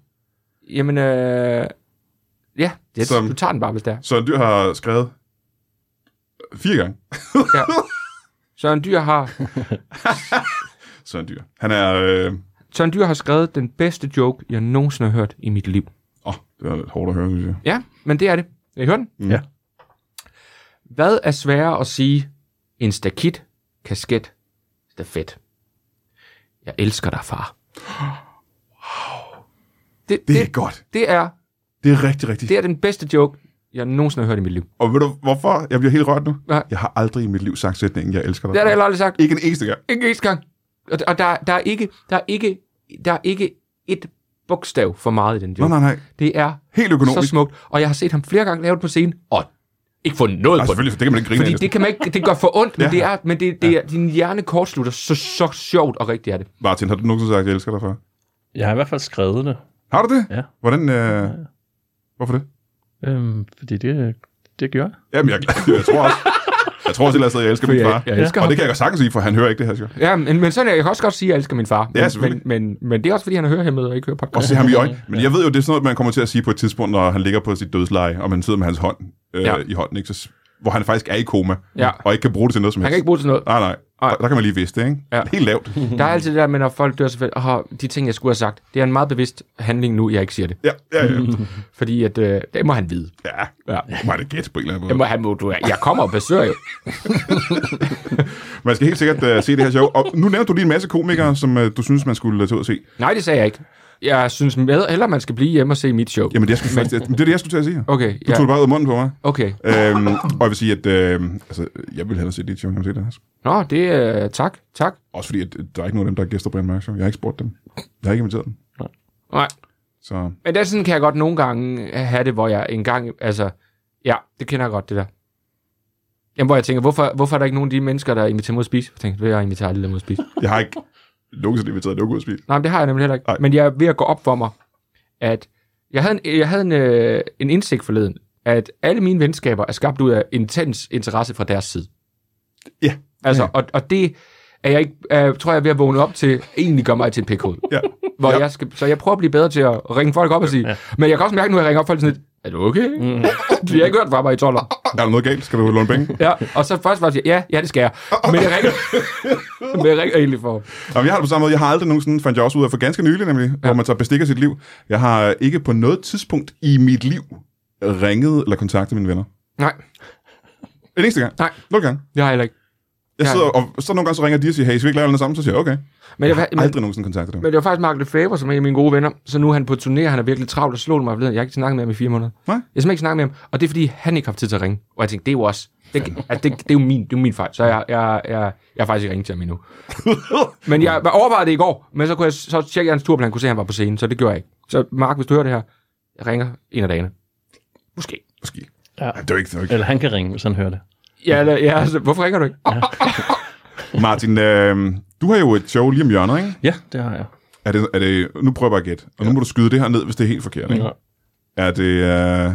S3: jamen, øh, ja, det,
S2: Som-
S3: du tager den bare, hvis det er.
S2: Søren Dyr har skrevet fire gange.
S3: Ja. Søren Dyr har
S2: Søren Dyr. Han er... Øh...
S3: Søren Dyr har skrevet den bedste joke, jeg nogensinde har hørt i mit liv.
S2: Åh, oh, det er lidt hårdt at høre, synes jeg.
S3: Ja, men det er det. Vil I høre den?
S2: Mm.
S4: Ja.
S3: Hvad er sværere at sige? En stakit, kasket, stafet. Jeg elsker dig, far. Det,
S2: Det er
S3: det,
S2: godt.
S3: det, er,
S2: Det er rigtig, rigtig
S3: det er den bedste joke, jeg nogensinde har hørt i mit liv.
S2: Og ved du, hvorfor? Jeg bliver helt rørt nu.
S3: Nej.
S2: Jeg har aldrig i mit liv sagt sætningen, jeg elsker dig.
S3: Det har jeg heller aldrig sagt.
S2: Ikke en eneste gang.
S3: Ikke eneste gang. Og, og der, der, er ikke, der, er ikke, der er ikke et bogstav for meget i den
S2: Nej,
S3: joke.
S2: nej, nej.
S3: Det er
S2: Helt
S3: så
S2: økonomisk.
S3: smukt. Og jeg har set ham flere gange lave det på scenen, og ikke få noget
S2: Nej,
S3: på det.
S2: Altså, selvfølgelig, for det kan man ikke grine
S3: Fordi
S2: af.
S3: det kan man ikke, det gør for ondt, men
S2: Ja.
S3: det er, men det, det er, din hjerne kortslutter så, så sjovt og rigtigt er det.
S2: Martin, har du nogensinde sagt, jeg elsker dig for?
S4: Jeg har i hvert fald skrevet det.
S2: Har du det?
S4: Ja.
S2: Hvordan, øh... Hvorfor det?
S4: Øhm, fordi det, det gjorde jeg.
S2: Jamen, jeg, jeg tror også. Jeg tror også, at jeg elsker min far.
S3: Jeg elsker
S2: Og
S3: ham.
S2: det kan jeg godt sagtens sige, for han hører ikke det her show.
S3: Ja, men, men sådan er jeg kan også godt sige, at jeg elsker min far.
S2: Ja,
S3: men, men,
S2: selvfølgelig.
S3: men, men, det er også, fordi han er hørehæmmet og ikke hører
S2: Og
S3: podcast.
S2: se ham i øjnene. Men jeg ved jo, det er sådan noget, man kommer til at sige på et tidspunkt, når han ligger på sit dødsleje, og man sidder med hans hånd øh,
S3: Ja.
S2: i hånden, ikke? Så s- hvor han faktisk er i koma,
S3: Ja.
S2: og ikke kan bruge det til noget som
S3: Han
S2: helst.
S3: kan ikke bruge det til noget.
S2: Nej, nej.
S3: Nej.
S2: Der, der kan man lige vidste det, ikke?
S3: Ja.
S2: Helt lavt.
S3: Der er altid det der med, når folk dør, så fælde, oh, de ting, jeg skulle have sagt, det er en meget bevidst handling nu, jeg ikke siger det.
S2: Ja, ja, ja.
S3: Fordi at, øh, det må han vide.
S2: ja.
S3: Ja.
S2: Må det gætte på en eller anden måde.
S3: Det må han må, du, jeg kommer og besøger jo.
S2: Man skal helt sikkert uh, se det her show. Og nu nævnte du lige en masse komikere, som uh, du synes, man skulle uh, tage ud og se.
S3: Nej, det sagde jeg ikke. Jeg synes med, hellere man skal blive hjemme og se mit show.
S2: Jamen, det, jeg skulle faktisk, det, det er det, jeg skulle til at sige.
S3: Okay,
S2: Du
S3: ja.
S2: tog det bare ud af munden på mig.
S3: Okay.
S2: øhm, og jeg vil sige, at øh, altså, jeg vil hellere se dit show, end jeg vil se deres.
S3: Nå, det er... Øh, tak, tak.
S2: Også fordi, at øh, der er ikke nogen af dem, der er gæster på Brian Mørk Show. Jeg har ikke spurgt dem. Jeg har ikke inviteret dem.
S3: Nej.
S2: Så
S3: Men det er sådan, kan jeg godt nogle gange have det, hvor jeg en gang, altså, ja, det kender jeg godt, det der. Jamen, hvor jeg tænker, hvorfor, hvorfor er der ikke nogen af de mennesker, der inviterer mig ud at spise? Jeg tænker, jeg inviterer aldrig dem ud at spise.
S2: jeg har ikke nogensinde inviteret nogen ud at spise.
S3: Nej, men det har jeg nemlig heller ikke.
S2: Nej.
S3: Nej. Men jeg er ved at gå op for mig, at jeg havde, en, jeg havde en, øh, en indsigt forleden, at alle mine venskaber er skabt ud af intens interesse fra deres side.
S2: Ja.
S3: Altså,
S2: Ja.
S3: Og, og det er jeg ikke, øh, tror jeg er ved at vågne op til, egentlig gør mig til en pikhoved.
S2: Ja.
S3: Hvor
S2: Ja.
S3: ja. jeg skal, så jeg prøver at blive bedre til at ringe folk op og sige, ja. men jeg kan også mærke nu, at jeg ringer op folk sådan lidt, er du okay? Mm. Vi har ikke hørt fra mig i 12 år.
S2: Er der noget galt? Skal du låne penge?
S3: Ja, og så først var jeg, ja, ja, det skal jeg. Men jeg ringer, men jeg ringer egentlig for.
S2: Jamen, jeg har det på samme måde. Jeg har aldrig nogensinde, fandt jeg også ud af for ganske nylig nemlig, ja. hvor man tager bestik af sit liv. Jeg har ikke på noget tidspunkt i mit liv ringet eller kontaktet mine venner.
S3: Nej,
S2: En eneste gang.
S3: Nej.
S2: Nul gang.
S3: det har jeg heller ikke.
S2: Jeg
S3: Ja.
S2: sidder, og så nogle gange så ringer de og siger, hey, skal vi ikke lave noget sammen? Så siger jeg, okay.
S3: Men jeg,
S2: Men, aldrig nogensinde kontaktet dem.
S3: Men det var faktisk Mark Lefebvre, som er en af mine gode venner. Så nu er han på turné, og han er virkelig travlt og slog mig forleden. Jeg har ikke snakket med ham i fire måneder.
S2: Nej.
S3: Jeg har simpelthen ikke snakket med ham. Og det er, fordi han ikke har haft tid til at ringe. Og jeg tænkte, det er jo også... Det, altså, det, det, er jo min, det er jo min fejl. Så jeg, jeg, jeg, jeg har faktisk ikke ringet til ham endnu. men jeg overvejede det i går. Men så kunne jeg så tjekke hans turplan, kunne se, at han var på scenen. Så det gjorde jeg ikke. Så Mark, hvis du hører det her, jeg ringer en af dagene. Måske.
S2: Måske.
S4: Ja.
S2: Ej, det er jo ikke, det er jo ikke.
S4: Eller han kan ringe, hvis han hører det.
S3: Ja, eller, ja altså, hvorfor ringer du ikke? Oh,
S2: Martin, øh, du har jo et show lige om hjørnet, ikke?
S4: Ja, det har jeg.
S2: Er det, er det, nu prøver jeg bare at gætte, og nu må du skyde det her ned, hvis det er helt forkert. Ikke?
S4: Ja,
S2: Er det, øh, er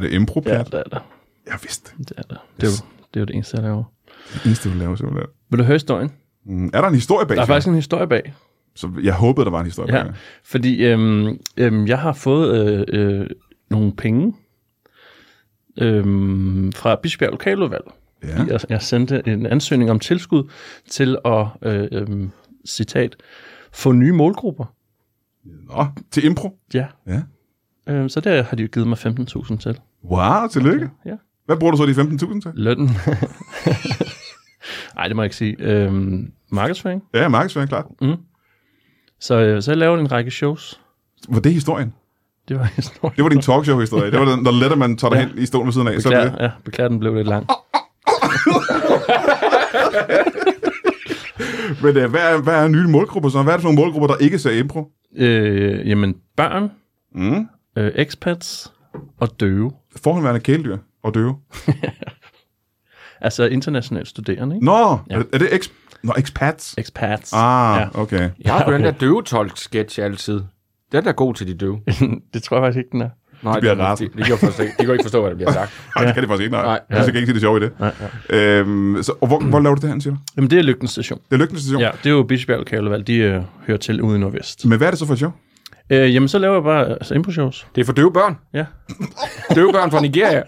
S2: det impro
S4: ja
S2: ja.
S4: det er der.
S2: Jeg vidste det.
S4: Det er der. Det er, jo, det er jo det eneste, jeg laver.
S2: Det eneste, du laver simpelthen.
S4: Vil du høre historien?
S2: Mm, Er der en historie bag?
S4: Der er
S2: siger
S4: faktisk en historie bag.
S2: du? Så jeg håbede, der var en historie
S4: Ja,
S2: bag.
S4: fordi øhm, øhm, jeg har fået øh, øh, nogle penge øhm, fra Bispebjerg Lokaludvalg.
S2: Ja.
S4: Ja. Jeg, jeg sendte en ansøgning om tilskud til at, øh, øh, citat, få nye målgrupper.
S2: Nå, til impro.
S4: Ja.
S2: Ja.
S4: Øh, så der har de jo givet mig 15.000 til.
S2: Wow, tillykke.
S4: Ja.
S2: Hvad bruger du så de 15.000 til?
S4: Lønnen. Nej, det må jeg ikke sige. Øhm, markedsføring.
S2: Ja, markedsføring, klart.
S4: Så, øh, så jeg lavede en række shows.
S2: Var det historien?
S4: Det var historien.
S2: Det var din talkshow-historie. Det var den, når Letterman tager dig hen i stolen ved siden af. Så er det,
S4: Beklager, ja, beklager, den blev lidt lang.
S2: men øh, hvad, er, hvad er nye målgrupper så? Hvad er det for nogle målgrupper, der ikke ser impro?
S4: Øh, jamen, børn,
S2: Mm.
S4: øh, expats og døve.
S2: Forhenværende kæledyr og døve.
S4: Altså internationalt studerende, ikke?
S2: Nå, ja. er, det, er det eks... Nå, expats.
S4: Expats.
S2: Ah,
S4: Ja.
S2: ja. okay.
S3: jeg har jo den der døvetolk-sketch altid. Den er god til de døve.
S4: det tror jeg faktisk ikke, den er.
S3: Nej,
S2: De bliver
S3: det,
S2: rasende.
S3: de, de, kan forstå, de kan ikke forstå, hvad der bliver sagt.
S2: Ej, det kan det faktisk ikke, nej.
S3: Nej.
S2: nej. Jeg kan ikke se det sjove i det.
S4: Nej,
S2: Øhm, så, og hvor, hvor laver du det her, siger du?
S4: Jamen, det er Lygten Station.
S2: Det er Lygten Station.
S4: Ja, det er jo Bispebjerg Lokalvalg, de øh, hører til ude i Nordvest.
S2: Men hvad er det så for et show?
S4: Øh, jamen, så laver jeg bare altså, impro-shows.
S3: Det er for døve børn.
S4: Ja.
S3: Døve børn fra Nigeria.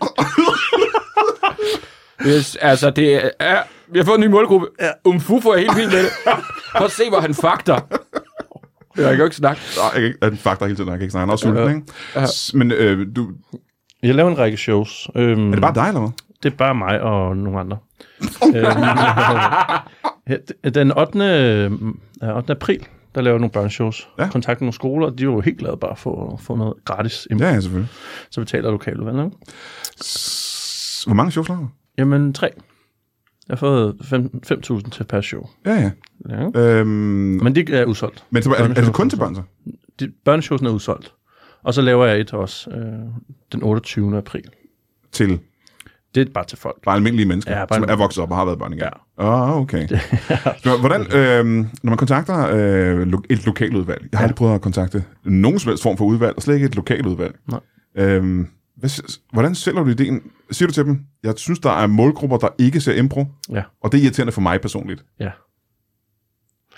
S3: Hvis, altså, det er... Vi har fået en ny målgruppe. Umfufu er helt vild med det. Prøv at se, hvor han fakter. Jeg kan jo ikke snakke.
S2: Nej, jeg kan ikke, han fakter hele tiden, jeg kan ikke snakke. Han er også sulten, ikke? S- Men øh, du,
S4: Jeg laver en række shows. Øhm,
S2: er det bare dig, eller hvad?
S4: Det er bare mig og nogle andre. øhm, ja, den 8. øh, ja, 8. april, der laver jeg nogle børneshows.
S2: Ja.
S4: Ja. Kontakt med nogle skoler, de er jo helt glade bare for at få noget gratis.
S2: Ja,
S4: Ja.
S2: ja, selvfølgelig.
S4: Så betaler lokaludvalget, ikke?
S2: S- Hvor mange shows laver du?
S4: Jamen, tre. Jeg har fået fem- 5.000 til per show.
S2: Ja, ja.
S4: Ja.
S2: Øhm,
S4: Men det er udsolgt.
S2: men så, er, er, det kun til børn, så?
S4: De, børneshowsen er udsolgt. Og så laver jeg et også øh, den 28. april.
S2: Til
S4: Det er bare til folk.
S2: bare almindelige mennesker,
S4: Ja,
S2: ja,
S4: bare
S2: bare som er
S4: almindelige.
S2: vokset op og har været børn igen.
S4: Ja.
S2: Åh, oh, okay. Så, hvordan, øh, når man kontakter øh, lo- et lokaludvalg, jeg har aldrig prøvet at kontakte nogen som helst form for udvalg, og slet ikke et lokaludvalg.
S4: Nej.
S2: Øhm, hvad, s- hvordan sælger du ideen? Siger du til dem, jeg synes, der er målgrupper, der ikke ser impro,
S4: Ja,
S2: og det er irriterende for mig personligt.
S4: ja.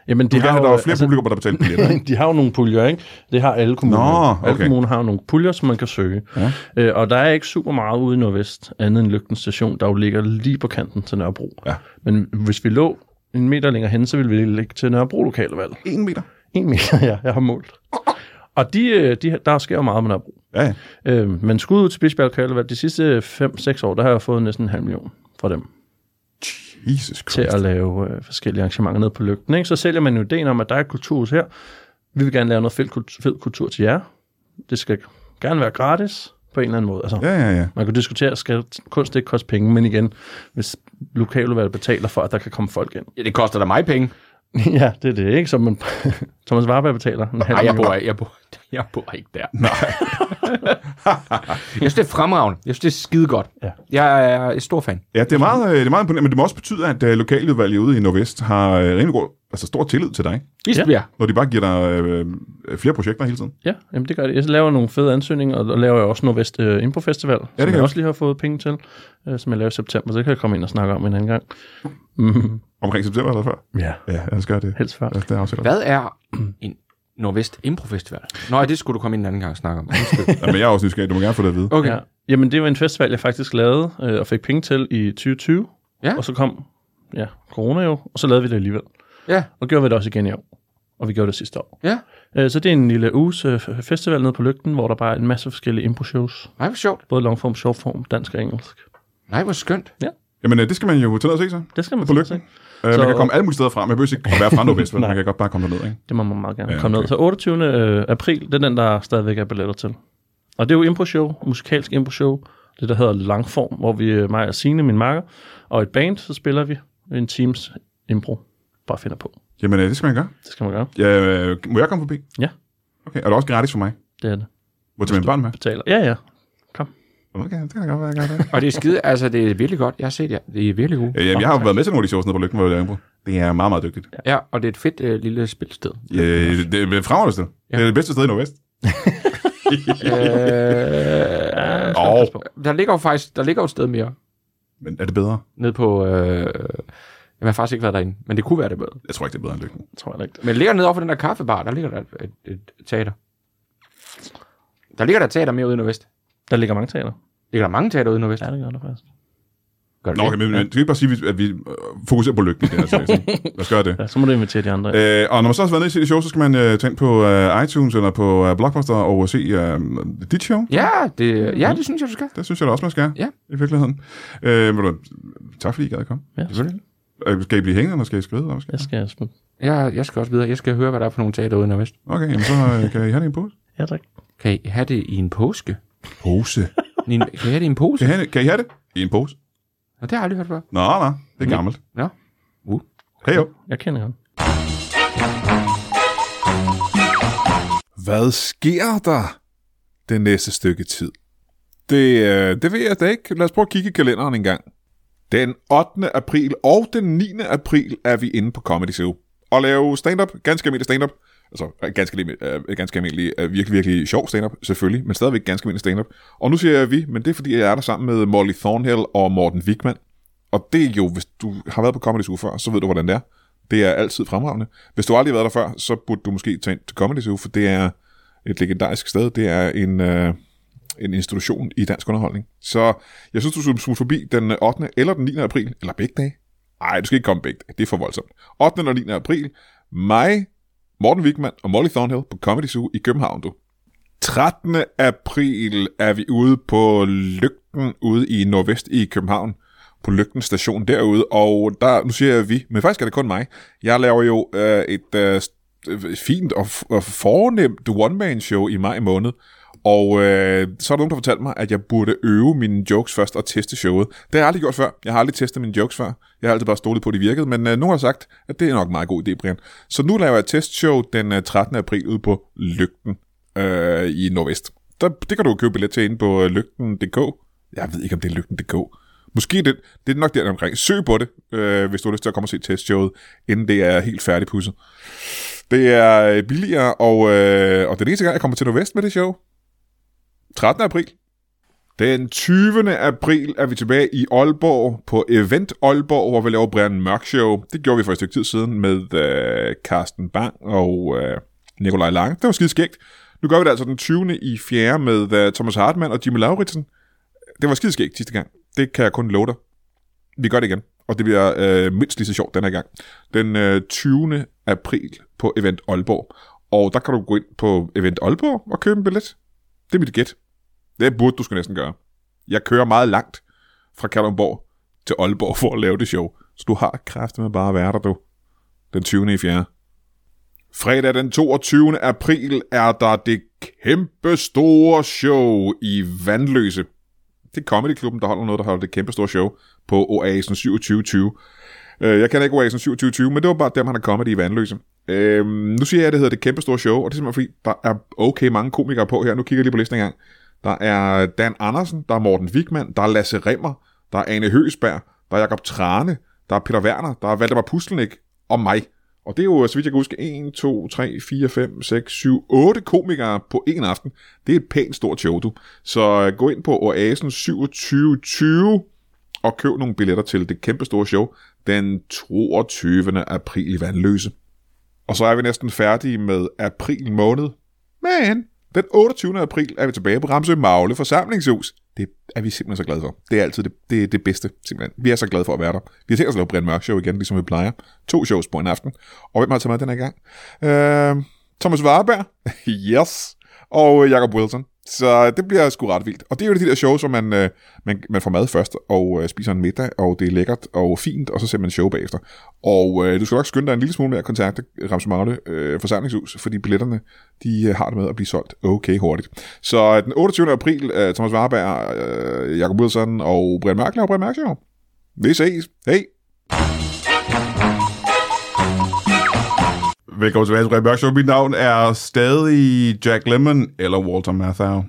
S4: Jamen, de
S5: Du
S4: har
S5: har,
S4: jo,
S5: der var flere altså...
S4: altså,
S5: publikummer, der betalte billetter. ikke?
S4: de har jo nogle puljer, ikke? Det har alle kommuner.
S5: Nå, okay.
S4: Alle kommuner har jo nogle puljer, som man kan søge.
S5: Ja.
S4: Øh, og der er ikke super meget ude i Nordvest, andet end Lygten station, der jo ligger lige på kanten til Nørrebro.
S5: Ja.
S4: Men hvis vi lå en meter længere hen, så ville vi ligge til Nørrebro lokalvalg.
S5: en meter.
S4: En meter, ja, jeg har målt. Og de, øh, de, der sker jo meget med Nørrebro.
S5: Ja, ja.
S4: Øh, men skud ud til Bispebjerg Lokalvalg, de sidste 5-6 år, der har jeg fået næsten en halv million fra dem
S5: Jesus Christ.
S4: til at lave øh, forskellige arrangementer ned på lygten. Ikke? Så sælger man jo ideen om, at der er et kulturhus her. Vi vil gerne lave noget fed kultur, fed kultur til jer. Det skal gerne være gratis på en eller anden måde. Altså,
S5: Ja, ja, ja.
S4: Man kan diskutere, skal kunst ikke koste penge, men igen, hvis lokaludvalget betaler for, at der kan komme folk ind.
S3: Ja, det koster da mig penge.
S4: ja, det er det, ikke? Som man, Thomas Warberg betaler en halv
S3: Nej, jeg
S4: million.
S3: bor, jeg, bor, jeg bor ikke der. Nej. jeg synes, det er fremragende. Jeg synes, det er skide godt.
S4: Ja.
S3: Jeg er en stor fan.
S5: Ja, det er meget, øh, det er meget imponerende, men det må også betyde, at øh, lokaludvalget ude i Nordvest har øh, rimelig god, altså stor tillid til dig,
S3: Bispebjerg.
S5: når de bare giver dig øh, øh, flere projekter hele tiden.
S4: Ja, jamen det gør det. Jeg laver nogle fede ansøgninger, og der laver jeg også Nordvest øh, Impro Festival, ja,
S5: kan
S4: som jeg
S5: jeg.
S4: også lige har fået penge til, øh, som jeg laver i september, så det kan jeg komme ind og snakke om en anden gang. Mm,
S5: Omkring september eller før.
S4: ja,
S5: Ja, lad os gøre det.
S4: helst før.
S5: Ja, det er afsætter.
S3: Hvad er en Nordvest Impro Festival? Nå, det skulle du komme ind en anden gang og snakke om.
S5: Ja, men jeg er også nysgerrig, du må gerne få det at vide.
S3: Okay.
S4: Ja. Jamen, det var en festival, jeg faktisk lavede øh, og fik penge til i 2020.
S3: Ja.
S4: Og så kom ja, corona jo, og så lavede vi det alligevel.
S3: Ja.
S4: Og gjorde vi det også igen i år. Og vi gjorde det sidste år.
S3: Ja.
S4: Øh, så det er en lille uges øh, f- festival nede på Lygten, hvor der bare er en masse forskellige impro-shows.
S3: Nej, hvor sjovt.
S4: Både longform, shortform, dansk og engelsk.
S3: Nej, hvor skønt.
S5: Jamen, øh, det skal man jo tage ned og se sig.
S4: Det skal man
S5: På
S4: se,
S5: Lygten?
S4: ikke?
S5: Øh,
S4: Så-
S5: Man kan komme alle mulige steder fra, man behøver ikke at være fra Nordvest, vel? man
S4: Nej.
S5: kan godt bare komme derned, ikke?
S4: Det må man meget gerne
S5: Ja,
S4: ja, komme ned.
S5: okay.
S4: Så 28. øh, april, det er den, der stadigvæk er billetter til. Og det er jo impro-show, musikalsk impro-show. Det, der hedder langform, hvor vi, øh, mig og Signe, min makker, og et band, så spiller vi en teams impro. Bare finder på.
S5: Jamen, øh, det skal man gøre.
S4: Det skal man gøre.
S5: Ja, øh, må jeg komme forbi?
S4: Ja.
S5: Okay, er det også gratis for mig?
S4: Det er det.
S5: Hvor tager min børn med?
S4: Betaler. Ja, ja.
S5: Okay, det kan da godt være, jeg gør det.
S3: Og det er skide, altså det er virkelig godt. Jeg har set jer. Det er virkelig godt.
S5: Øh, Jamen, jeg har jo været med til nogle af de shows nede på Lygten, hvor jeg laver Det er meget, meget dygtigt.
S3: Ja, og det er et fedt øh, lille spilsted.
S5: Ja, det er et fremragende sted. Det er det bedste sted i Nordvest.
S3: Øh,
S5: Åh,
S3: der ligger jo faktisk der ligger jo et sted mere
S5: men er det bedre?
S3: nede på... Øh, jeg har faktisk ikke været derinde, men det kunne være det bedre.
S5: Jeg tror ikke, det er bedre end Lygten.
S4: Tror jeg da ikke. det.
S3: Men ligger nede over for den der kaffebar, der ligger der et, et, et teater. Der ligger der et teater mere ude i Nordvest.
S4: Der ligger mange teater.
S3: Ligger der mange teater ude i Nordvest?
S4: Ja, det gør der faktisk.
S3: Gør det
S5: Nå, okay,
S3: det?
S5: men men skal vi ikke bare sige, at vi- at vi øh, fokuserer på Lygten i den her serie? sådan? Lad os gøre det.
S4: Ja, så må du invitere de andre. Øh.
S5: Øh, og når man så har været nede i det show, så skal man øh, tage ind på øh, iTunes eller på øh, Blockbuster og se øh, dit show.
S3: Ja, det, ja, det synes jeg, du skal.
S5: Det synes jeg da også, man skal.
S3: Ja.
S5: I virkeligheden. Øh, ved du, tak fordi I gad at komme.
S4: Ja.
S3: Selvfølgelig.
S5: Øh, Skal I blive hængende, eller skal I skrive? Eller hvad skal?
S4: Jeg skal smutte.
S3: Jeg, jeg skal også videre. Jeg skal høre, hvad der er for nogle teater ude i Nordvest.
S5: Okay, jamen, så øh, kan I have det i en pose.
S4: Ja, tak.
S3: Kan I have det i en påske?
S5: Pose?
S3: I en, kan I have det i en pose?
S5: Kan I have det, kan I have det? i en pose?
S3: Nå, det har jeg aldrig hørt før.
S5: Nå, nej, det er gammelt.
S3: Nå. Uh.
S5: Hey, jo.
S4: Jeg kender ham.
S2: Hvad sker der det næste stykke tid? Det, øh, det ved jeg da ikke. Lad os prøve at kigge i kalenderen en gang. Den 8. april og den 9. april er vi inde på Comedy Zoo. Og lave stand-up, ganske almindelig stand-up. Altså øh, ganske, almindelig- øh, ganske almindelig, øh, virkelig, virkelig sjov stand-up, selvfølgelig, men stadigvæk ganske almindelig stand-up. Og nu siger jeg vi, men det er fordi, jeg er der sammen med Molly Thornhill og Morten Wigman. Og det er jo, hvis du har været på Comedy Zoo før, så ved du, hvordan det er. Det er altid fremragende. Hvis du aldrig har været der før, så burde du måske tage ind til Comedy Zoo, for det er et legendarisk sted. Det er en, øh, en institution i dansk underholdning. Så jeg synes, du skulle smutte forbi den øh, 8. eller den 9. april, eller begge dage. Nej, du skal ikke komme begge dage. Det er for voldsomt. 8. og 9. april, mig, Morten Wigman og Molly Thornhill på Comedy Zoo i København, du. 13. april er vi ude på Lygten ude i Nordvest i København på Lygten station derude, og der, nu siger jeg vi, men faktisk er det kun mig. Jeg laver jo øh, et øh, st- øh, fint og, f- og fornemt one-man-show i maj måned, og øh, så er der nogen, der fortalte mig, at jeg burde øve mine jokes først og teste showet. Det har jeg aldrig gjort før. Jeg har aldrig testet mine jokes før. Jeg har altid bare stolet på, at de virkede, men øh, nogen har sagt, at det er nok en meget god idé, Brian. Så nu laver jeg et testshow den øh, 13. april ude på Lygten øh, i Nordvest. Der, det kan du købe billet til inde på øh, lygten.dk. Jeg ved ikke, om det er lygten.dk. Måske det, det er nok der omkring. Søg på det, øh, hvis du har lyst til at komme og se testshowet, inden det er helt færdigpudset. Det er øh, billigere, og, øh, og den eneste gang, jeg kommer til Nordvest med det show, 13. april,
S1: Den 20. april er vi tilbage i Aalborg på Event Aalborg, hvor vi laver Brian Mørk Show. Det gjorde vi for et stykke tid siden med øh, Carsten Bang og øh, Nikolaj Lange. Det var skide skægt. Nu gør vi det altså den 20. i 4. med øh, Thomas Hartmann og Jimmy Lauritsen. Det var skide skægt sidste gang. Det kan jeg kun love dig. Vi gør det igen, og det bliver øh, mindst lige så sjovt den her gang. Den øh, 20. april på Event Aalborg. Og der kan du gå ind på Event Aalborg og købe en billet. Det er mit gæt. Det burde du skulle næsten gøre. Jeg kører meget langt fra Kalundborg til Aalborg for at lave det show. Så du har kræfter med bare at være der, du. Den 20. i 4. Fredag den 22. april er der det kæmpe store show i Vandløse. Det er Comedy-klubben, der holder noget, der holder det kæmpe store show på Oasen 2720. Øh, Jeg kan ikke Oasen 2720, men det var bare dem, han har comedy i Vandløse. Øh, nu siger jeg, at det hedder det kæmpe store show, og det er simpelthen fordi, der er okay mange komikere på her. Nu kigger jeg lige på listen engang. Der er Dan Andersen, der er Morten Wigman, der er Lasse Remmer, der er Ane Høsberg, der er Jakob Trane, der er Peter Werner, der er Valdemar Puslenik og mig. Og det er jo, øh, så vidt jeg kan huske, 1, 2, 3, 4, 5, 6, 7, 8 komikere på en aften. Det er et pænt stort show, du. Så øh, gå ind på Oasen 2720 og køb nogle billetter til det kæmpe store show den 22. april i Vandløse. Og så er vi næsten færdige med april måned. Men den 28. april er vi tilbage på Ramsø Magle forsamlingshus. Det er vi simpelthen så glade for. Det er altid det, det, er det bedste, simpelthen. Vi er så glade for at være der. Vi har tænkt os at lave Brian Mørk Show igen, ligesom vi plejer. To shows på en aften. Og hvem har taget med den her gang? Øh, Thomas Warberg. yes. Og øh, Jacob Wilson. Så øh, det bliver sgu ret vildt. Og det er jo de der shows, hvor man, øh, man, man får mad først, og øh, spiser en middag, og det er lækkert og fint, og så ser man show bagefter. Og øh, du skal nok skynde dig en lille smule med at kontakte Ramse Magle øh, forsamlingshus, fordi billetterne de øh, har det med at blive solgt okay hurtigt. Så øh, den 28. april, øh, Thomas Warberg, øh, Jacob Wilson og Brian Mørk laver Brian Mørk Show. Vi ses. Hej.
S2: Velkommen tilbage til Brian Mørk Show. Mit navn er stadig Jack Lemmon eller Walter Matthau.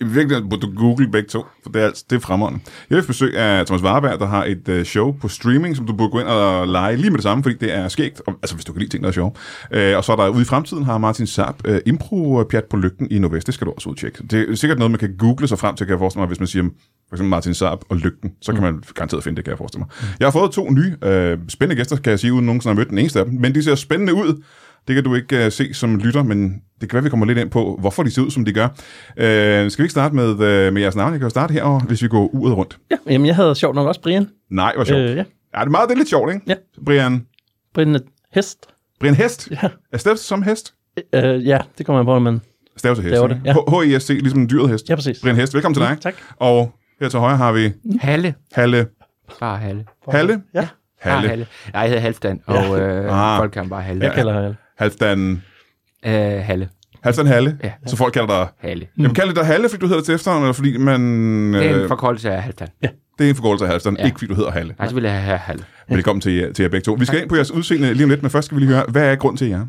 S2: I virkeligheden burde du google begge to, for det er, alt, det er fremragende. Jeg vil besøg af Thomas Warberg, der har et øh, show på streaming, som du burde gå ind og lege lige med det samme, fordi det er skægt, og, altså hvis du kan lide ting, der er sjove. Øh, og så er der ude i fremtiden har Martin Saab øh, impro-pjat på lygten i Nordvest. Det skal du også udtjekke. Det er sikkert noget, man kan google sig frem til, kan jeg forestille mig, hvis man siger for eksempel Martin Saab og lygten, så kan man garanteret finde det, kan jeg forestille mig. Jeg har fået to nye øh, spændende gæster, kan jeg sige, uden nogensinde at mødt den eneste af dem, men de ser spændende ud. Det kan du ikke uh, se som lytter, men det kan være, vi kommer lidt ind på, hvorfor de ser ud, som de gør. Uh, skal vi ikke starte med, uh, med jeres navn? Jeg kan jo starte herovre, hvis vi går uret rundt.
S4: Ja, jamen jeg havde sjovt nok også Brian.
S2: Nej, hvor sjovt. Øh.
S4: Øh, ja.
S2: Ja, det er meget det er lidt sjovt, ikke?
S4: Ja.
S2: Brian,
S4: Brian er hest.
S2: Brian Hest.
S4: Ja.
S2: Er Steffs som hest?
S4: Øh, ja, det kommer jeg på, men
S2: Stavs hest.
S4: Det var det,
S2: ikke?
S4: ja.
S2: H- H-I-S-T, ligesom dyret hest.
S4: ja, præcis.
S2: Brian Hest, velkommen til dig.
S4: Mm, Tak.
S2: Og her til højre har vi
S3: Halle.
S2: Halle.
S3: Bare Halle.
S2: Halle?
S4: Ja.
S3: Bare
S2: Halle.
S3: Ah, Halle. Nej, jeg hedder Halfdan, og øh,
S2: Ah.
S3: folk kan bare Halle.
S4: Jeg kalder ham.
S2: Halfdan.
S3: Øh, Halle.
S2: Halfdan Halle.
S3: Ja. Mm.
S2: Så folk kalder dig...
S3: Halle.
S2: Jamen, kalder dig Halle, fordi du hedder det til efternavn, eller fordi man...
S3: Det er
S2: Øh,
S3: en forkortelse af Halfdan.
S2: det er en forkortelse af Halfdan,
S3: Ja.
S2: ikke fordi du hedder Halle.
S3: Nej, så vil jeg have Halle.
S2: Velkommen til jer, til jer begge to. Vi skal ind på jeres udseende lige om lidt, men først skal vi lige høre, hvad er grunden til jer?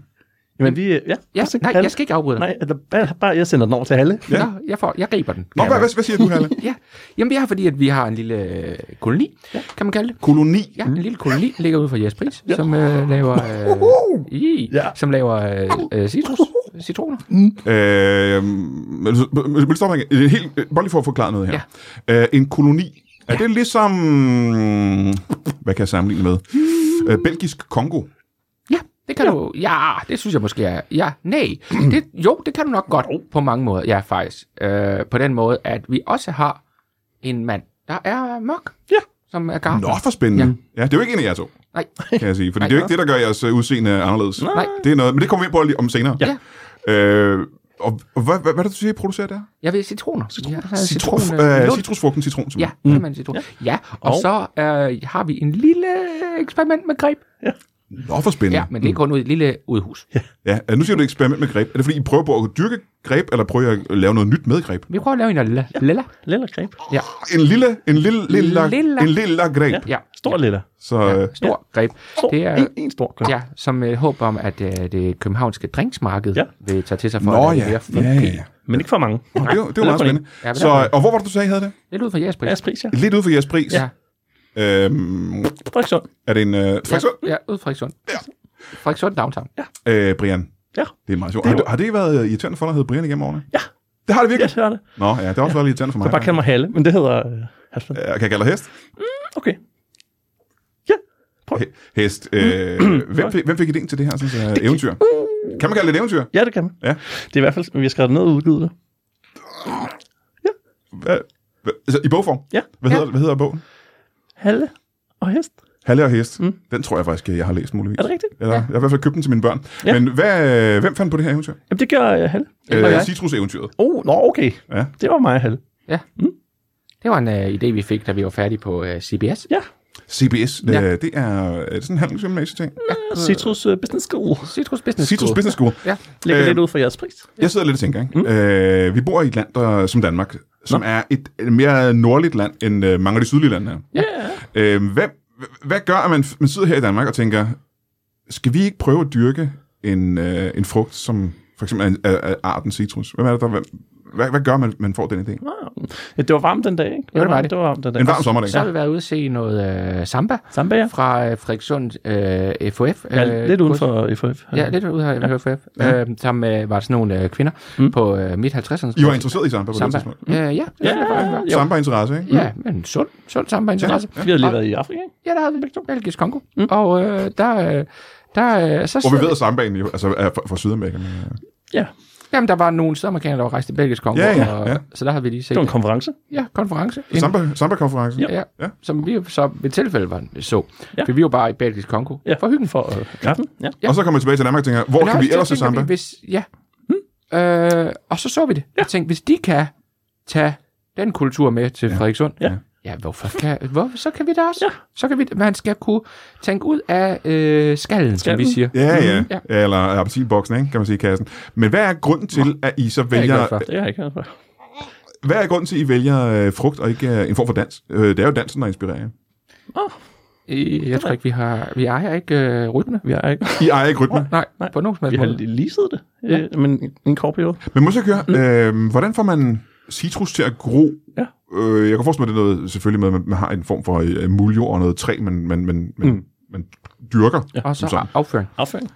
S4: Jamen, vi, øh, ja,
S3: Ja,
S4: præcis,
S3: nej,
S4: Halle.
S3: jeg skal ikke afbryde dig.
S4: Nej, eller bare, bare, jeg sender den over til Halle.
S2: Ja.
S3: Ja. Nå, jeg, får, jeg griber den.
S2: Nå,
S3: Ja,
S2: hvad, hvad, hvad siger du, Halle?
S3: Ja, jamen det er fordi, at vi har en lille øh, koloni, ja. kan man kalde det.
S2: Koloni.
S3: Ja, en lille koloni ligger ude for Jespris, ja. som øh, laver, øh, i,
S4: Ja.
S3: ja. som laver øh, øh, citrus, citroner. Mm.
S2: Øh, men så- men- men stop igen. Det er helt, øh, bare lige for at forklare noget her. Ja. Øh, en koloni. Er det ligesom... Hvad kan jeg sammenligne med? Øh, Belgisk Kongo.
S3: Ja, det kan ja. du. Ja, det synes jeg måske er. Ja, nej. Det, jo, det kan du nok godt på mange måder. Ja, faktisk. Øh, på den måde, at vi også har en mand, der er mørk.
S4: Ja.
S3: Som er gartner.
S2: Nå, for spændende. Ja. ja, det er jo ikke en af jer to,
S3: Nej.
S2: kan jeg sige. Fordi det er jo ikke det, der gør jeres øh, udseende anderledes.
S3: Nej.
S2: Det er noget, men det kommer vi ind på lige om senere.
S3: Ja.
S2: Øh, og, og hvad, hvad, hvad er det, du siger, I producerer der?
S3: Jeg vil citroner. Citroner. Ja, altså
S2: Citron,
S3: citron,
S2: øh, citrusfrugten citron,
S3: Ja,
S2: simpelthen.
S3: mm. man citron. Ja, ja og,
S4: Og-
S3: og så øh, har vi en lille eksperiment med greb.
S2: Ja. Nå, for spændende.
S3: Ja, men det er kun ud i et lille udhus.
S2: Ja, øh, nu siger du eksperiment med greb. Er det fordi, I prøver på at dyrke greb, eller prøver I at lave noget nyt med greb?
S3: Vi prøver at lave en af lilla. lilla.
S4: Lilla greb.
S2: En lille, en lille, lille, lille.
S3: Lilla.
S2: en lille greb. Ja.
S3: Ja,
S4: Stor lilla.
S2: Så øh, ja.
S3: stor greb.
S4: Stor.
S3: Det er,
S4: en, en stor greb.
S3: ja, som øh, håb om, at øh, det københavnske drinksmarked
S4: Ja.
S3: ja. vil tage til sig for
S2: Nå
S3: at
S2: ja,
S3: lave
S2: ja,
S3: mere
S2: ja,
S3: funky.
S2: ja.
S4: Men ikke for mange.
S2: Det er jo det er jo meget spændende.
S3: Ja, men
S2: Så, øh,
S3: derfor-
S2: og hvor var det, du sagde, I havde det?
S3: Lidt ud fra jeres pris.
S4: Ja, pris, ja.
S2: Lidt ude for jeres pris.
S3: Ja.
S2: Øhm,
S4: Frederikssund.
S2: er det en... Øh, for eksempel,
S3: Ja, ja, ud fra Frederikssund. Ja. Frederikssund downtown. Ja.
S2: øh, Brian,
S4: Ja.
S2: øh, det er meget sjovt. Har, det- har det været irriterende for dig at hedde Brian igennem årene?
S4: Ja.
S2: Det har det
S4: Ja,
S2: virkelig.
S4: det er det.
S2: Nå, ja, det har også været lidt irriterende for
S4: Så
S2: mig.
S4: bare kald mig Halle, men det hedder øh, Hasband.
S2: Øh, Kan jeg kalde dig hest?
S4: Okay.
S2: He- Hest. Øh, hvem, fik, hvem fik idéen til det her sådan, så, øh, eventyr? Kan man kalde det et eventyr?
S4: Ja, det kan man.
S2: Ja.
S4: Det er i hvert fald, vi har skrevet det ned og udgivet det.
S2: Hvad, hvad, altså, I bogform?
S4: Ja.
S2: Hvad hedder, hvad hedder bogen?
S4: Halle og hest.
S2: Halle og hest. Mm. Den tror jeg faktisk, jeg har læst muligvis.
S4: Er det rigtigt?
S2: Eller, ja. Jeg har i hvert fald købt den til mine børn.
S4: Ja.
S2: Men hvad, øh, hvem fandt på det her eventyr?
S4: Jamen, det gør øh, Halle.
S3: var
S2: Øh,
S3: jeg.
S2: Citrus-eventyret.
S4: Oh, nå, okay.
S2: Ja.
S4: Det var mig, Halle.
S3: Det var en uh, idé, vi fik, da vi var færdige på uh, CBS.
S4: Ja.
S2: CBS, ja.
S3: Ja.
S2: øh, det er, er det sådan en handelsgymnasie-ting?
S4: Citrus øh, Business School.
S3: Citrus Business
S2: Citrus
S3: School.
S2: Business School.
S3: Ja.
S4: Lægger
S2: Øh,
S4: øh, lidt ud for jeres pris.
S2: Jeg sidder lidt og tænker, ikke? Mm. Øh, vi bor i et land der, som Danmark, som Nå. er et, et mere nordligt land, end øh, mange af de sydlige lande er.
S4: Ja.
S2: Øh, hvad, hvad gør, at man, man sidder her i Danmark og tænker, skal vi ikke prøve at dyrke en, øh, en frugt, som for eksempel er en- er, er arten citrus? Hvem er det, der, hvad, hvad, hvad gør man, man får den idé?
S4: ja. Det var varmt den dag, ikke?
S3: det var det.
S4: Det var varmt den dag.
S2: En varm sommerdag.
S3: Så har vi været ude og se noget uh, samba
S4: Samba, ja.
S3: fra uh, Frederikssund uh, FOF.
S4: Ja,
S3: øh,
S4: lidt uden
S3: kursus.
S4: for FF.
S3: Ja, lidt ude her i FOF. Ja. Uh, sammen med, var det sådan nogle uh, kvinder mm. på uh, midt-50'erne.
S2: I var interesseret i samba på
S3: samba.
S2: det tidspunkt.
S3: Mm. Uh, ja, det
S4: Ja,
S3: synes jeg faktisk, det var.
S4: jo.
S2: Samba-interesse, ikke?
S3: Ja, men sund, sund samba-interesse.
S4: Vi har lige været i Afrika, ikke?
S3: Ja, der havde vi begge to. Belgisk Kongo. Mm. Og øh, der, øh, der, øh, så
S2: Hvor vi
S3: sad-
S2: ved, at sambaen jo altså, er fra, fra Sydamerika. Men, øh,
S4: Ja,
S3: Jamen, der var nogle sydamerikanere, der var rejst til Belgisk Kongo.
S2: Ja, ja,
S3: og,
S2: ja.
S3: Så der havde vi lige
S4: det
S3: set
S4: var en konference.
S3: ja, konference.
S2: samba, samba-konferencen.
S3: ja,
S2: Ja.
S3: ja. Som vi jo så ved tilfælde var, så.
S4: Ja.
S3: Ja. For vi var bare i Belgisk Kongo.
S4: Ja.
S3: For hyggen.
S4: For øh, kaffen, ja.
S2: Ja. Og så kommer jeg tilbage til Danmark og tænker, hvor
S3: Men
S2: kan
S3: også,
S2: vi
S3: det
S2: ellers se
S3: tænker
S2: samba?
S3: vi, Hvis, ja. Hmm. Øh, og så så vi det. Ja. Jeg tænkte, hvis de kan tage den kultur med til ja. Frederikssund,
S4: Ja.
S3: ja hvorfor kan, hvor, så kan vi det også. Ja. Så kan vi, man skal kunne tænke ud af øh, skallen, som vi
S4: Skallen.
S3: siger.
S2: Ja, ja.
S3: Mhm,
S2: ja. Eller appelsinboksen, ikke? kan man sige i kassen. Men hvad er grunden til, at I så
S3: Det er jeg
S2: vælger...
S3: glad for.
S4: Det har jeg ikke hørt før.
S2: Hvad er grunden til, at I vælger øh, frugt og ikke øh, en form for dans? Øh, det er jo dansen, der inspirerer jer.
S3: Øh, Jeg tror ikke, vi har... Vi ejer ikke øh, rytme.
S4: Vi har ikke.
S2: I ejer ikke rytmen.
S3: Nej, Nej, på nogen som
S4: Vi
S3: helst
S4: har
S3: måde.
S4: leaset det, ja. øh, men i en kort periode.
S2: Men må jeg så høre, øh, hvordan får man citrus til at gro?
S4: Ja.
S2: Øh, jeg kan forestille mig, det er noget selvfølgelig med, at man- man har en form for øh, muljo og noget træ, man, man, man, man, man dyrker. Mm. Ja.
S3: Og så Ah. afføring.
S4: Afføring.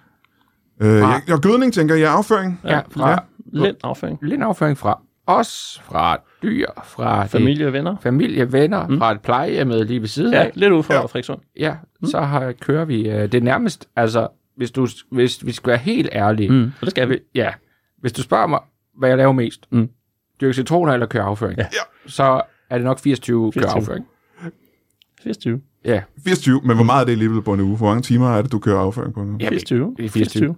S2: Øh, jeg, jeg, gødning, tænker jeg. Afføring.
S3: Ja, fra,
S2: Ja.
S3: ja.
S4: Lidt afføring.
S3: Lidt afføring fra os, fra dyr, fra det-
S4: Familie og venner.
S3: familie, venner, mm. fra et plejehjemmet lige ved siden
S4: Ja,
S3: af.
S4: lidt ude for ja. Frederikssund.
S3: Ja, så har, kører vi øh, det er nærmest. Altså, hvis, du, hvis vi skal være helt ærlige. Mm.
S4: Og det skal vi.
S3: Ja, hvis du spørger mig, hvad jeg laver mest.
S4: Mm.
S3: Dyrke citroner eller køre afføring? Ja. Så er det nok 24 køre
S4: 24.
S3: afføring.
S4: 24.
S3: Ja,
S2: 24, men hvor meget er det alligevel på en uge? Hvor mange timer er det, du kører afføring på en uge?
S3: Jamen,
S4: 24.
S3: det er 24.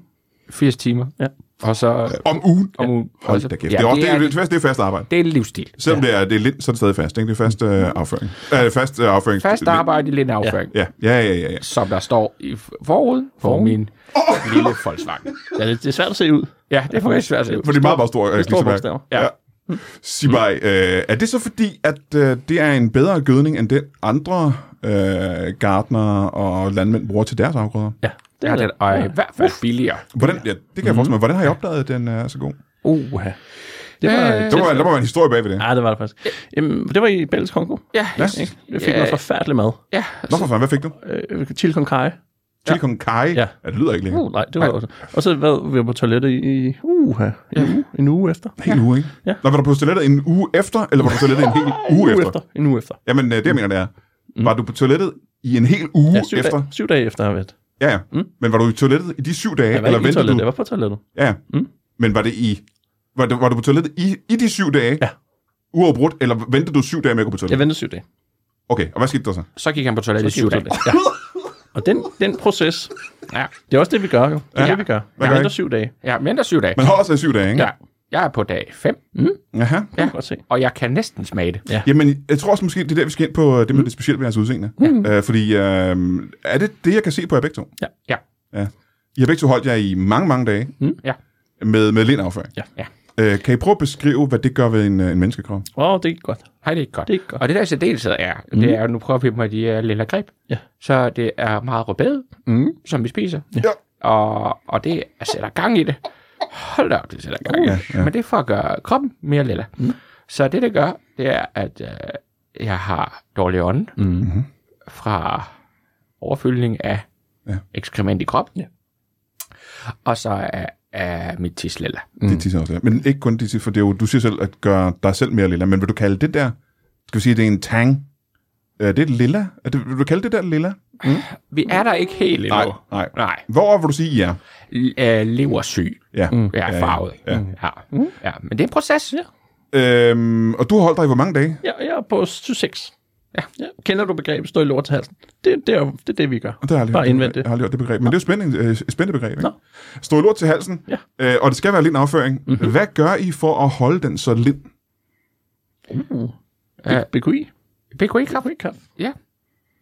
S3: 80 timer.
S4: Ja.
S3: Og så...
S2: Om ugen?
S3: Om ugen.
S2: Hold da kæft. Ja, det, er, også- det, er, det, er, fast, det er fast arbejde.
S3: det er livsstil.
S2: Selvom ja. det er, det er lidt, så er det stadig fast, ikke? Det er fast øh, afføring. Øh, fast øh, afføring.
S3: Fast arbejde i lidt afføring.
S2: Ja, ja, ja, ja. ja.
S3: som der står i forud for min lille Volkswagen.
S4: Ja, det, det er svært at se ud.
S3: Ja, det er faktisk svært at se.
S2: For det er meget, meget stor. Øh,
S4: Det er store
S2: kirsebær.
S4: bogstaver.
S2: Ja. Sig mig, øh, er det så fordi, at øh, det er en bedre gødning, end den andre øh, gardner og landmænd bruger til deres afgrøder?
S4: Ja, det
S3: Ja,
S4: er
S3: det
S4: det.
S3: er og i hvert fald billigere.
S2: Hvordan, ja, det kan jeg forestille mig.
S4: Mhm.
S2: Hvordan har I opdaget, at den er så god?
S4: Uha. Det var,
S3: Øh,
S2: Der må, være- der må være en historie bag ved det.
S4: Nej, det var det faktisk. Jamen, det var i Belgisk Kongo.
S3: Ja,
S4: Ikke? Jeg fik noget forfærdelig mad.
S3: ja.
S2: Nå for fanden, hvad fik du?
S4: Øh, chili con carne.
S2: Chili con carne?
S4: Ja.
S2: Ja, det lyder ikke længere.
S4: Uh, nej, det var også. Og så var vi på toilettet i, i uha, en, uge, en uge efter.
S2: En uge, ikke?
S4: Ja.
S2: Nå, var du på toilettet en uge efter, eller var du på toilettet en hel uge efter?
S4: En uge efter. Mm.
S2: Jamen, øh, det jeg mener, det er, var du på toilettet i en hel uge
S4: Ja, syv,
S2: efter?
S4: Dage, syv dage efter, jeg ved.
S2: Ja, ja. Mm. Men var du i toilettet i de syv dage,
S4: Jeg var
S2: eller
S4: ikke i
S2: ventede
S4: toilettet,
S2: du?
S4: jeg var på toilettet.
S2: Ja, mm. men var det i... Var du, var du på toilettet i, i de syv dage?
S4: Ja.
S2: Uafbrudt, eller ventede du syv dage med at gå på
S4: Jeg
S2: toilettet?
S4: ventede syv dage.
S2: Okay, og hvad skete der så?
S3: Så gik han på toilettet i syv dage.
S4: Ja. Og den, den proces,
S3: Ja.
S4: det er også det, vi gør jo. Det er
S3: Ja.
S4: det, vi gør.
S2: Hvad
S4: Vi
S2: gør I?
S4: venter syv dage.
S3: Ja, mindre syv dage.
S2: Man holder sig i syv dage, ikke?
S3: Ja. Jeg er på dag 5,
S2: Aha.
S4: Ja. Godt se.
S3: og jeg kan næsten smage det.
S2: Jamen, jeg tror også måske, det er der, vi skal ind på øh, det med det specielle ved jeres udseende. Mm. Øh, fordi, øh, er det det, jeg kan se på jer begge to?
S4: Ja.
S3: Ja.
S2: ja. I har begge to holdt jer i mange, mange dage
S4: Mm.
S3: Ja.
S2: med, med lindaffæring.
S4: Ja.
S3: Ja.
S2: Øh, kan I prøve at beskrive, hvad det gør ved en, øh, en menneskekrop?
S4: Åh, oh, det gik godt.
S3: Hej, det er ikke godt.
S4: Det er ikke godt.
S3: Og det der i særdeleshed er, det er, nu prøver vi med de her lille greb.
S4: Ja.
S3: Så det er meget rødbede,
S4: Mm.
S3: som vi spiser.
S2: Ja.
S3: Og, og det sætter gang i det. Hold da op, det sætter gang i det.
S2: Ja, ja.
S3: Men det er for at gøre kroppen mere lilla. Mm. Så det, det gør, det er, at øh, jeg har dårlig ånd
S4: Mm.
S3: fra overfyldning af
S2: Ja.
S3: ja. ekskrement i kroppen.
S4: Ja.
S3: Og så er af mit tislella.
S2: Mm. Det tisser også lilla. Men ikke kun det tisser, for det er jo, du siger selv at gøre dig selv mere lilla, men vil du kalde det der, skal vi sige, det er en tang, Øh, det er et lilla? Er det, vil du kalde det der lilla?
S3: Vi er der ikke helt endnu.
S2: nej.
S3: Nej.
S2: Hvor vil du sige ja?
S3: L- øh, leversyg.
S2: Ja. Mm.
S3: Ja, farvet. Mm.
S2: ja.
S3: Ja. ja. Men det er en proces. Ja.
S4: Mm.
S2: Øhm, og du har holdt dig i hvor mange dage?
S4: Ja, jeg er på 26. Ja. ja. Kender du begrebet stå i lort til halsen? Det, det, er, jo- det er det, vi gør.
S2: Og Det har jeg aldrig
S4: Bare
S2: hørt,
S4: indvend
S2: Jeg
S4: det.
S2: har aldrig hørt det begreb. Men det er jo spændende, øh, spændende begreb, ikke?
S4: Nå.
S2: Stå i lort til halsen,
S4: Ja. Mhm.
S2: øh, og det skal være lidt en afføring. Mm-hmm. Hvad gør I for at holde den så lind?
S3: Ja.
S4: BQI.
S3: BKI-kaffe.
S4: Kaffe.
S3: Ja.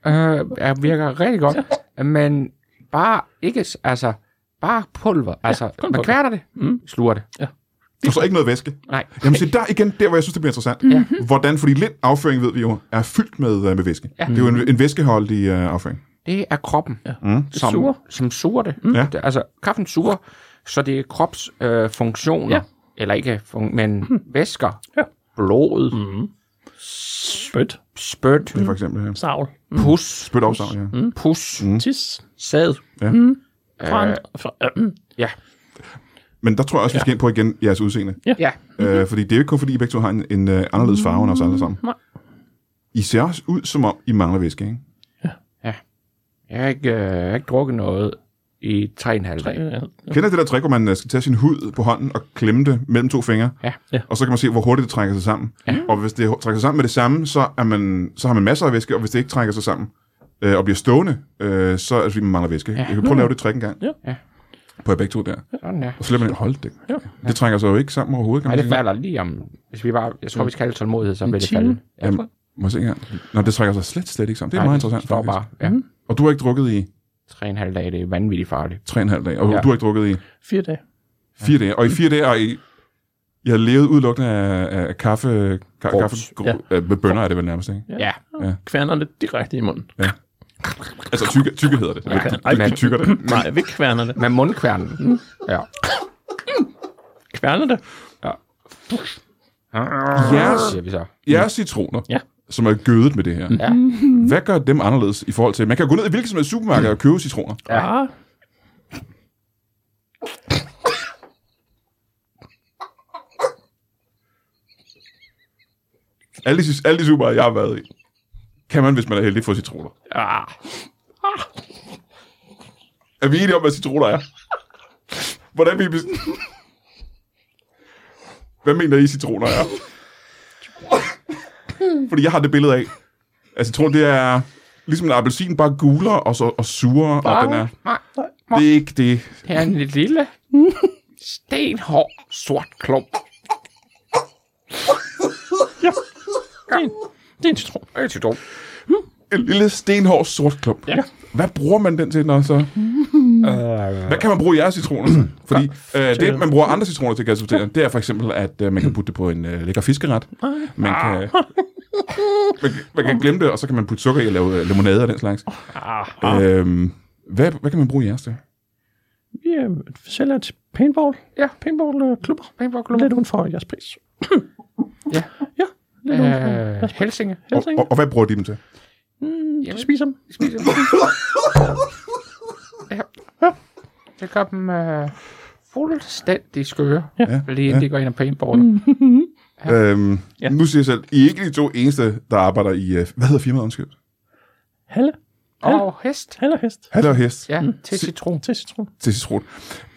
S3: E Øh, er, virker rigtig godt. Men bare ikke, s- altså, bare pulver. Altså,
S4: kun
S3: man
S4: pulver.
S3: kværner det, mm. sluger det.
S2: Og så ikke noget væske.
S3: Nej.
S2: Jamen se, der igen, der hvor jeg synes, det bliver interessant. Mm-hmm. Hvordan, fordi lind afføring, ved vi jo, er fyldt med, øh, med væske.
S3: Ja.
S2: Det er jo en, en væskeholdig øh, afføring.
S3: Det er kroppen, ja. som,
S4: suger.
S3: som suger det. Mm.
S2: Ja.
S3: det. Altså, kaffen suger, så det er krops øh, funktioner, ja.
S4: Ja.
S3: eller ikke, fun- men mm. væsker,
S4: Ja.
S3: blodet, mm.
S4: Spyt.
S3: spyt,
S2: For eksempel her.
S4: Savl.
S3: pus,
S2: Spyt afsavn, ja. Mm.
S3: pus, mm.
S4: Tis.
S3: sæd.
S4: Frant. Øh.
S3: Ja.
S2: Men der tror jeg også, vi skal ind på igen jeres udseende.
S3: ja.
S2: Øh, fordi det er jo ikke kun, fordi I begge to har en, en øh, anderledes farve end os alle sammen.
S4: Nej.
S2: I ser også ud, som om I mangler væske, ikke?
S3: Jeg har ikke, øh, jeg har ikke drukket noget i 3,5 dage.
S4: Ja.
S2: Kender det der trick, hvor man øh, skal tage sin hud på hånden og klemme det mellem to fingre?
S3: Ja.
S4: Ja.
S2: Og så kan man se, hvor hurtigt det trækker sig sammen. Ja. Og hvis det trækker sig sammen med det samme, så, er man, så har man masser af væske, og hvis det ikke trækker sig sammen øh, og bliver stående, øh, så er det, fordi man mangler væske. Ja. Jeg kan prøve at lave det trick en gang.
S4: Ja.
S3: Ja.
S2: På jer begge to der.
S3: Sådan der.
S2: Og så lader man holde det. Ja. Det trækker sig jo ikke sammen overhovedet, kan
S3: Nej,
S2: man
S3: det
S2: sige.
S3: falder lige om... Hvis vi bare, jeg tror, vi skal have lidt tålmodighed, så vil det
S4: time.
S3: falde. Ja.
S2: Jamen, må jeg se engang. Nå, det trækker sig slet, slet ikke sammen. Det er
S3: Nej,
S2: meget interessant.
S3: står
S2: faktisk.
S3: bare. Ja.
S4: Mhm.
S2: Og du har ikke drukket i
S3: 3,5 dage, det er vanvittigt farligt.
S2: 3,5 dage, og ja.
S3: Ja.
S2: du har ikke drukket i
S4: Fire dage.
S2: Fire dage. Og i fire dage har I, I har levet udelukkende af, af kaffe, ka,
S3: Grums.
S2: kaffe gro, ja. med bønner er det vel nærmest, ikke?
S3: Ja.
S4: Kværner det direkte i munden.
S2: Altså tykke, tykke hedder det. Ja.
S3: Ja.
S2: Ej, de tykker det.
S4: Nej, vi kværner det.
S3: Med mundkværnen.
S4: Mhm.
S3: Ja.
S4: Kværner det.
S2: Jeres,
S3: Siger vi så.
S2: jeres citroner,
S4: Ja.
S2: som er gødet med det her,
S3: Ja.
S4: Mhm.
S2: hvad gør dem anderledes i forhold til... Man kan jo gå ned i hvilket som helst supermarked og købe citroner.
S3: Ja.
S4: Ah.
S2: Alle de, alle de supermarkeder, jeg har været i, kan man, hvis man er heldig, få citroner.
S3: Ah.
S2: Er vi enige om, hvad citroner er? Hvordan vi... Hvad mener I, citroner er? Fordi jeg har det billede af, at citron, det er ligesom en appelsin, bare guler og, så, og sure, og den er...
S3: Nej,
S2: Det er ikke det.
S3: det er en lille, stenhård, sort klump.
S4: Det er en, det er en citron.
S3: Det er til dum.
S2: En lille stenhård sort klump.
S4: Ja.
S2: Hvad bruger man den til, når så... Hvad kan man bruge jeres citroner til? Fordi øh, det, man bruger andre citroner til, kan jeg så fortælle, det er for eksempel, at øh, man kan putte det på en øh, lækker fiskeret. Man kan, man, kan- man kan glemme det, og så kan man putte sukker i og lave øh, limonade og den slags.
S3: Ah.
S2: Øhm, hvad, hvad kan man bruge jeres til?
S4: Vi øh, sælger til paintball. Ja, paintball-klubber.
S3: Paintballklubber.
S4: Lidt uden for jeres pris.
S3: Ja.
S4: Ja, lidt uden for.
S3: Øh, Helsinge.
S2: Og,
S4: Helt
S2: og, og hvad bruger de dem til?
S4: Mm, jeg spiser dem.
S3: Spiser ja. Det gør dem øh, fuldstændig skøre.
S2: Ja.
S3: Lige inden de går ind og paintballen. Mm.
S2: Øhm, ja.
S4: Ja.
S2: Nu siger jeg selv, I er ikke de to eneste, der arbejder i... Øh, hvad hedder firmaet, undskyld?
S4: Halle.
S3: Og hest.
S4: Halle og hest.
S2: Halle og Hest
S3: Ja, til citron.
S4: Til citron.
S2: til Citron.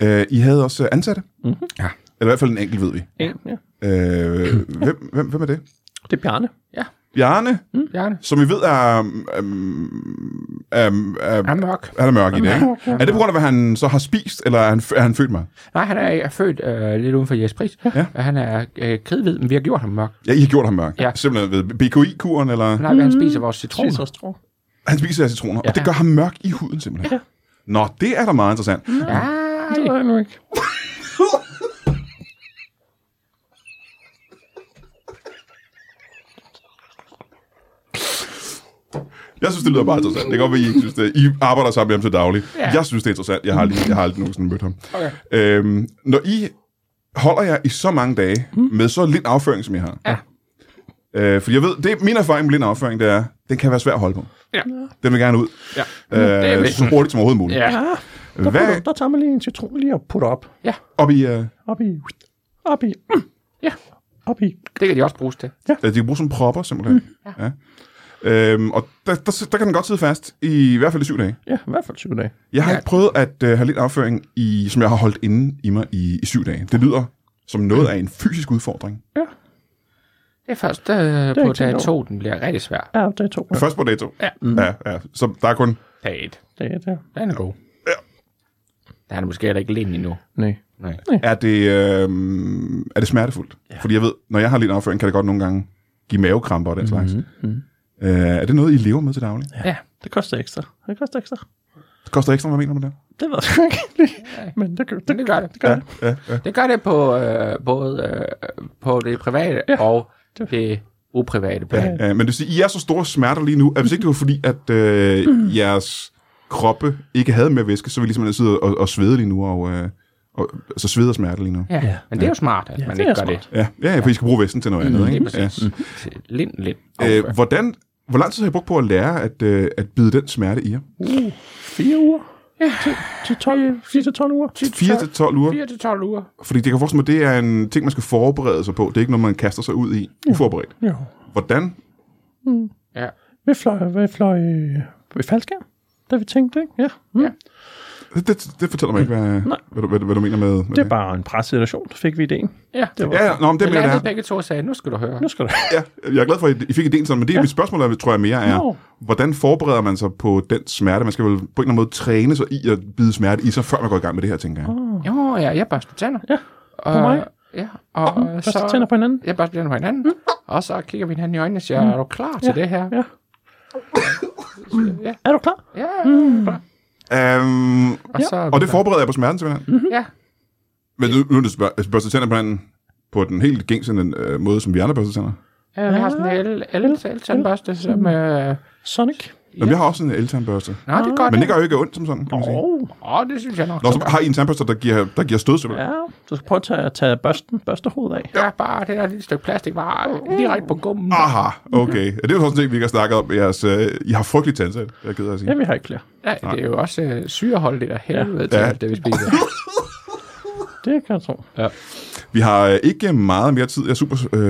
S2: Øh, I havde også øh, ansatte.
S4: Mhm.
S2: Ja. Eller i hvert fald en enkelt, ved vi.
S4: En, ja.
S2: Øh, hvem, hvem, hvem er det?
S4: Det er Bjarne.
S2: Bjarne,
S3: Bjarne.
S2: som I ved er... Um, um, um,
S3: Han er mørk.
S2: han er mørk i dag. Er det på grund af, hvad han så har spist, eller er han, f- er han født mørk?
S3: Nej, han er, er født øh, lidt uden for Jes Pris.
S2: Ja.
S3: Ja. Han er øh, kridhvid, men vi har gjort ham mørk.
S2: Ja, I har gjort ham mørk.
S3: Ja.
S2: Simpelthen ved BKI-kuren, eller...
S3: Nej, mm. han spiser vores citroner.
S4: Spiser også tror.
S2: Han spiser af citroner, ja. og det gør ham mørk i huden simpelthen. Ja. Nå, det er da meget interessant.
S3: Nej,
S4: Det er jeg nu ikke.
S2: Jeg synes, det lyder meget interessant. Det kan godt være, I ikke synes det. I arbejder sammen med ham til daglig. Ja.
S3: Ja.
S2: Jeg synes, det er interessant. Jeg har, lige, jeg har aldrig nogensinde mødt ham.
S3: Okay.
S2: Øhm, når I holder jer i så mange dage, mm. med så lidt afføring, som I har.
S3: Hmm? Ja.
S2: Øh, for jeg ved, det er min erfaring med lidt afføring, det er, den kan være svær at holde på.
S3: Ja.
S2: Den vil gerne ud.
S3: Ja.
S2: Øh,
S3: er
S2: så hurtigt som overhovedet muligt.
S3: Ja.
S4: Der,
S2: Hvad-
S4: putter, der tager man lige en citron lige og putter op.
S2: Op i, øh,
S4: Op i. Op i. Ja. Op i.
S3: Det kan de også bruges til.
S2: altså, de kan bruge som propper, simpelthen. Mm.
S3: Hmm.
S2: Ja. Øhm, og der, der, der, kan den godt sidde fast, i, i hvert fald i syv dage.
S4: Ja, i hvert fald 20 dage.
S2: Jeg har
S3: Ja.
S2: ikke prøvet at øh, have lidt afføring, i, som jeg har holdt inde i mig i, i syv dage. Det lyder som noget af en fysisk udfordring.
S3: Det er først øh,
S4: ikke
S3: på dag
S4: tænkt
S3: 2, den bliver rigtig svær.
S4: Ja, dag to.
S2: Ja. Først på dato. Ja. ja. ja. Så der er kun...
S3: Dag 1.
S4: Dag et, ja.
S3: Den er god. Der er det måske heller ikke len endnu.
S4: Nej.
S3: Nej.
S2: Er det, øh, er det smertefuldt? Ja. Fordi jeg ved, når jeg har lidt afføring, kan det godt nogle gange give mavekramper og den slags. Mm-hmm. Øh, er det noget, I lever med til daglig? Ja.
S3: Ja.
S4: Det koster ekstra. Det koster ekstra.
S2: Det koster ekstra, hvad mener man der?
S4: Det ved jeg ikke lige. Men det, gør- det,
S3: Men det gør det. Det gør det,
S2: Ja, ja.
S3: det, gør det på, øh, både øh, på det private ja. og det uprivate plan. Ja.
S2: Ja, Øh, men det vil sige, I er så store smerter lige nu, at hvis ikke det var fordi, at øh, jeres kroppe ikke havde mere væske, så ville I simpelthen sidde og, og svede lige nu, og, øh, og så sveder smerte lige nu.
S3: Ja.
S4: Ja.
S3: ja. Men det er jo smart, at
S4: Ja,
S3: ja, man
S4: det
S3: ikke
S4: er
S3: gør
S4: smart.
S3: det.
S2: Ja, ja, ja for I skal bruge væsken til noget andet,
S3: Det er
S2: ikke? Mhm. Ja.
S3: Mm, præcis. Ja. Lind, lind.
S2: Øh,
S3: Afgør.
S2: hvordan, hvor lang tid har I brugt på at lære at, øh, at bide den smerte i jer?
S4: fire uger. Ja. 12, 4 til 12 uger.
S2: 4 til 12 uger?
S3: 4 til 12 uger.
S2: Fordi det kan jeg forestille mig, det er en ting, man skal forberede sig på. Det er ikke noget, man kaster sig ud i uforberedt.
S4: Jo.
S2: Hvordan?
S3: Ja.
S4: Vi fløj, vi fløj øh, ved faldskærm, da vi tænkte, ikke? Ja. Mm.
S3: Ja.
S4: ja.
S2: Det, det, det fortæller mig ikke, hvad, hvad, du- hvad, du- hvad du mener med, med
S4: Det er bare en pressituation, så fik vi ideen.
S3: Ja. Det var
S2: Ja, ja, nå, men det
S3: det
S2: mener jeg.
S3: landede begge to og sagde, nu skal du høre.
S4: Nu skal du...
S2: Ja, jeg er glad for, at I fik idéen sådan, men det er ja. mit spørgsmål, der, tror jeg mere er,
S4: Nå.
S2: hvordan forbereder man sig på den smerte? Man skal vel på en eller anden måde træne sig i at bide smerte i sig, før man går i gang med det her, tænker jeg.
S3: Jo, ja, jeg børste tænder. Ja, og,
S4: på mig?
S3: Ja, og oh,
S4: Først
S3: så...
S4: tænder på hinanden.
S3: Jeg børste tænder på hinanden, og så kigger vi hinanden i øjnene og siger, er du klar til det her?
S4: Mm. Ja.
S3: Ja.
S4: Er du klar?
S3: Ja, mm.
S2: Øhm,
S3: og, så,
S2: og det forbereder jeg på smerten simpelthen. Mm-hmm.
S3: Ja,
S2: Men nu, nu er det spørg- altså, børste tænder på hinanden på den helt gængse øh, måde, som vi andre børste tænder.
S3: øh, jeg har sådan en el-tandbørste, som... Øh,
S4: Sonic.
S2: Jamen, jeg har også en eltandbørste.
S3: nå, det er godt.
S2: Men det gør jo ikke ondt, som sådan, kan man sige.
S4: Åh, oh,
S3: Åh, oh, det synes jeg nok.
S2: Nå, så har I en tandbørste, der giver, der giver stød simpelthen.
S4: ja. Du skal prøve at tage, tage børsten, børstehovedet af.
S3: Ja, bare det der lille stykke plastik var direkte på gummen.
S2: Aha, okay. Ja, det er jo sådan en ting, vi ikke har snakket om. Jeres, øh, I har frygteligt tandsæt, jeg er ked af at sige.
S4: Ja, vi har ikke flere.
S3: Ja, det er jo også øh, syreholdigt af helvede til
S2: Ja.
S3: alt det, vi spiser.
S4: Det kan jeg tro.
S2: Vi har øh, ikke meget mere tid. Jeg er super, øh,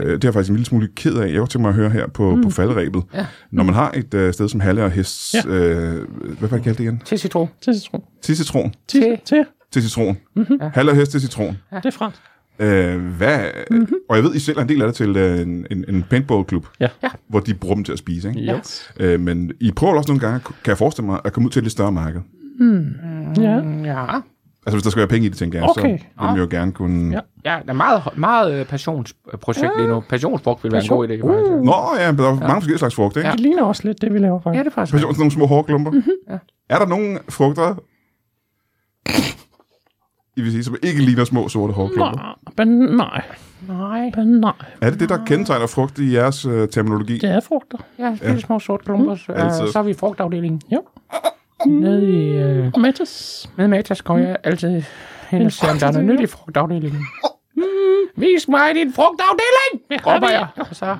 S2: det er jeg faktisk en lille smule ked af. Jeg kunne tænke mig at høre her på, mm. på falderæbet. Ja. Når man har et øh, sted som Halle og Hest, ja.
S4: Ja.
S2: øh, hvad var det kaldt det igen?
S3: Til citron.
S4: Til citron.
S2: Til citron.
S4: Til,
S3: Til.
S4: til.
S2: Til citron. Mm-hmm. Halle og Hest til citron.
S4: Det er fransk.
S2: Øh, hvad, mm-hmm. Og jeg ved, I selv er en del af det til øh, en, en, en paintballklub,
S4: Ja.
S3: Ja.
S2: hvor de bruger dem til at spise. Ikke?
S4: Yes.
S2: Øh, men I prøver også nogle gange, kan jeg forestille mig, at komme ud til et lidt større marked.
S4: Ja.
S3: Ja,
S2: Altså hvis der skal være penge i det, tænker jeg,
S4: Okay.
S2: så vil man jo gerne kunne... Ja.
S4: Ja.
S3: ja der er meget, meget øh, passionsprojekt lige nu. Passionsfrugt ville være en god idé. faktisk.
S2: Nå ja, men der er jo mange forskellige slags frugt, ikke?
S3: Ja.
S2: Ja.
S4: Det ligner også lidt det, vi laver
S3: Ja,
S4: faktisk.
S3: det er faktisk.
S2: Passion sådan nogle små hårklumper. Mm-hmm. Ja. Er der nogen frugter, I vil sige, som ikke ligner små sorte hårklumper?
S4: Nej, ban- nej,
S3: Nej,
S4: ban- nej.
S2: Er det det, der kendetegner frugt i jeres øh, terminologi?
S4: Det er frugter.
S3: ja, lille små sort klumper. Mm.
S2: Altid.
S3: så er vi i frugtafdelingen.
S4: Jo.
S3: Nede i, øh,
S4: Og Matas.
S3: med Matas går jeg altid hen og ser, om der er noget nyt i frugtafdelingen. Mm. Vis mig din frugtafdeling, råber jeg. Og så,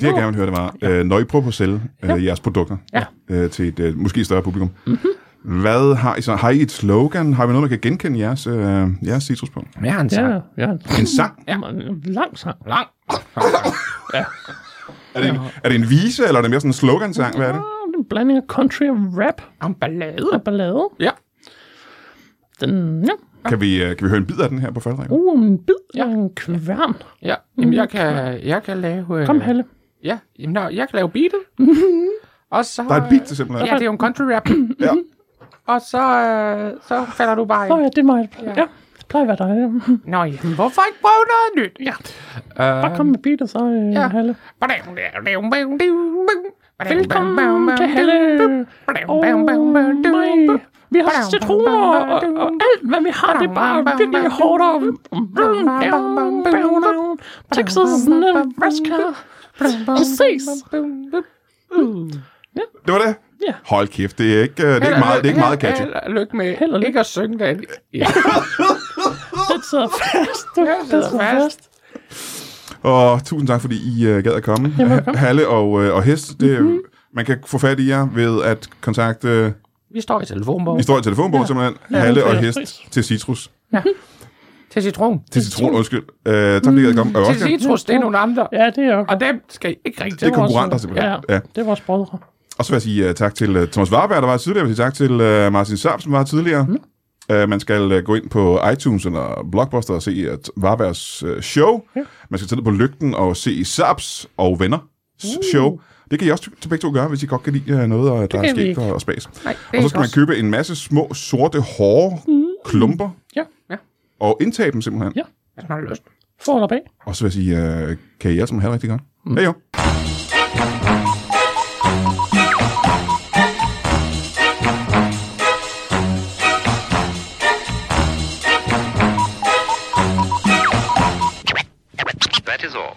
S2: Det, jeg gerne vil høre, det var, øh, når I prøver på at sælge øh, jeres produkter
S3: Ja.
S2: øh, til et øh, måske større publikum, mm-hmm. hvad har I så? Har I et slogan? Har I noget, man kan genkende jeres, øh, jeres citrus på?
S3: jeg har en
S4: Ja,
S3: sang.
S4: ja.
S2: En sang?
S4: ja. En lang sang.
S3: Lang.
S2: Er det en, er det en vise, eller er det mere sådan en slogan-sang? Hvad er det?
S4: Ah, det er en blanding af country og rap
S3: Om ballade.
S4: og ballade.
S3: Ja.
S4: Den, ja.
S2: Kan vi, øh, kan vi høre en bid af den her på faldringen?
S4: Uh, en bid ja. en kværn.
S3: Ja, jamen, jeg kan, jeg kan lave... Øh,
S4: Kom, Helle.
S3: Ja, jamen, nå, jeg kan lave beatet. og så...
S2: Der er et beat til simpelthen.
S3: Ja, det er jo en country rap.
S2: Ja.
S3: Og så, øh, så falder du
S4: Åh
S3: bare
S4: oh,
S3: ind.
S4: ja, det er mig. der plejer- Ja. Det plejer at være dig. ja.
S3: Nå ja, men hvorfor ikke prøve noget nyt? Ja.
S4: Bare kom med beatet, så, øh,
S3: Ja.
S4: ja. Helle. Velkommen til Helle. Åh, nej. Vi har citroner og, og alt, hvad vi har, det er bare virkelig hårdt og... Texas Nebraska. Vi ses.
S2: Det var det?
S4: Ja.
S2: Hold kæft, det er ikke, øh, det er ikke meget, det er ikke meget catchy.
S3: Held og lykke med
S4: Held og lykke.
S3: ikke at synge den. Ja,
S4: Det sidder fast. Det
S3: det
S4: sidder fast.
S2: Og tusind tak, fordi I uh, gad at komme. øh, Ha- Halle og, uh, og Hest, det, mm-hmm. man kan få fat i jer ved at kontakte
S3: Vi står i telefonbogen.
S2: Vi står i telefonbogen ja. simpelthen. Ja, Halle og hest til citrus.
S3: Til citron.
S2: Til citron, undskyld. Øh, tak fordi I
S4: Mm.
S2: kom.
S3: Til citrus, det er nogle andre.
S4: Ja, det er okay.
S3: Og dem skal I ikke rigtig
S2: Det er konkurrenter simpelthen.
S4: Ja, ja, det er vores brødre.
S2: Og så vil jeg sige uh, tak til uh, Thomas Warberg, der var her tidligere. Jeg vil sige tak til uh, Martin Sørp, som var her tidligere. Mm. Uh, man skal uh, gå ind på iTunes eller Blockbuster og se uh, Warbergs uh, show. Ja. Man skal tage ned på lygten og se Sørps og Venner uh. show. Det kan I også til begge to gøre, hvis I godt kan lide øh, noget, og der er
S4: kan vi
S2: skægt
S4: ikke.
S2: og, og spas.
S3: Nej, det er
S2: Og så
S3: ikke
S2: skal man
S3: os.
S2: købe en masse små, sorte, hårde klumper
S4: Mm. Ja,
S2: og indtage dem simpelthen.
S4: Ja.
S3: Hvis man har lyst.
S4: for dig bag.
S2: Og så vil jeg sige, øh, kan I alle sammen have det rigtig godt? Mm. Hej jo.
S6: That is all.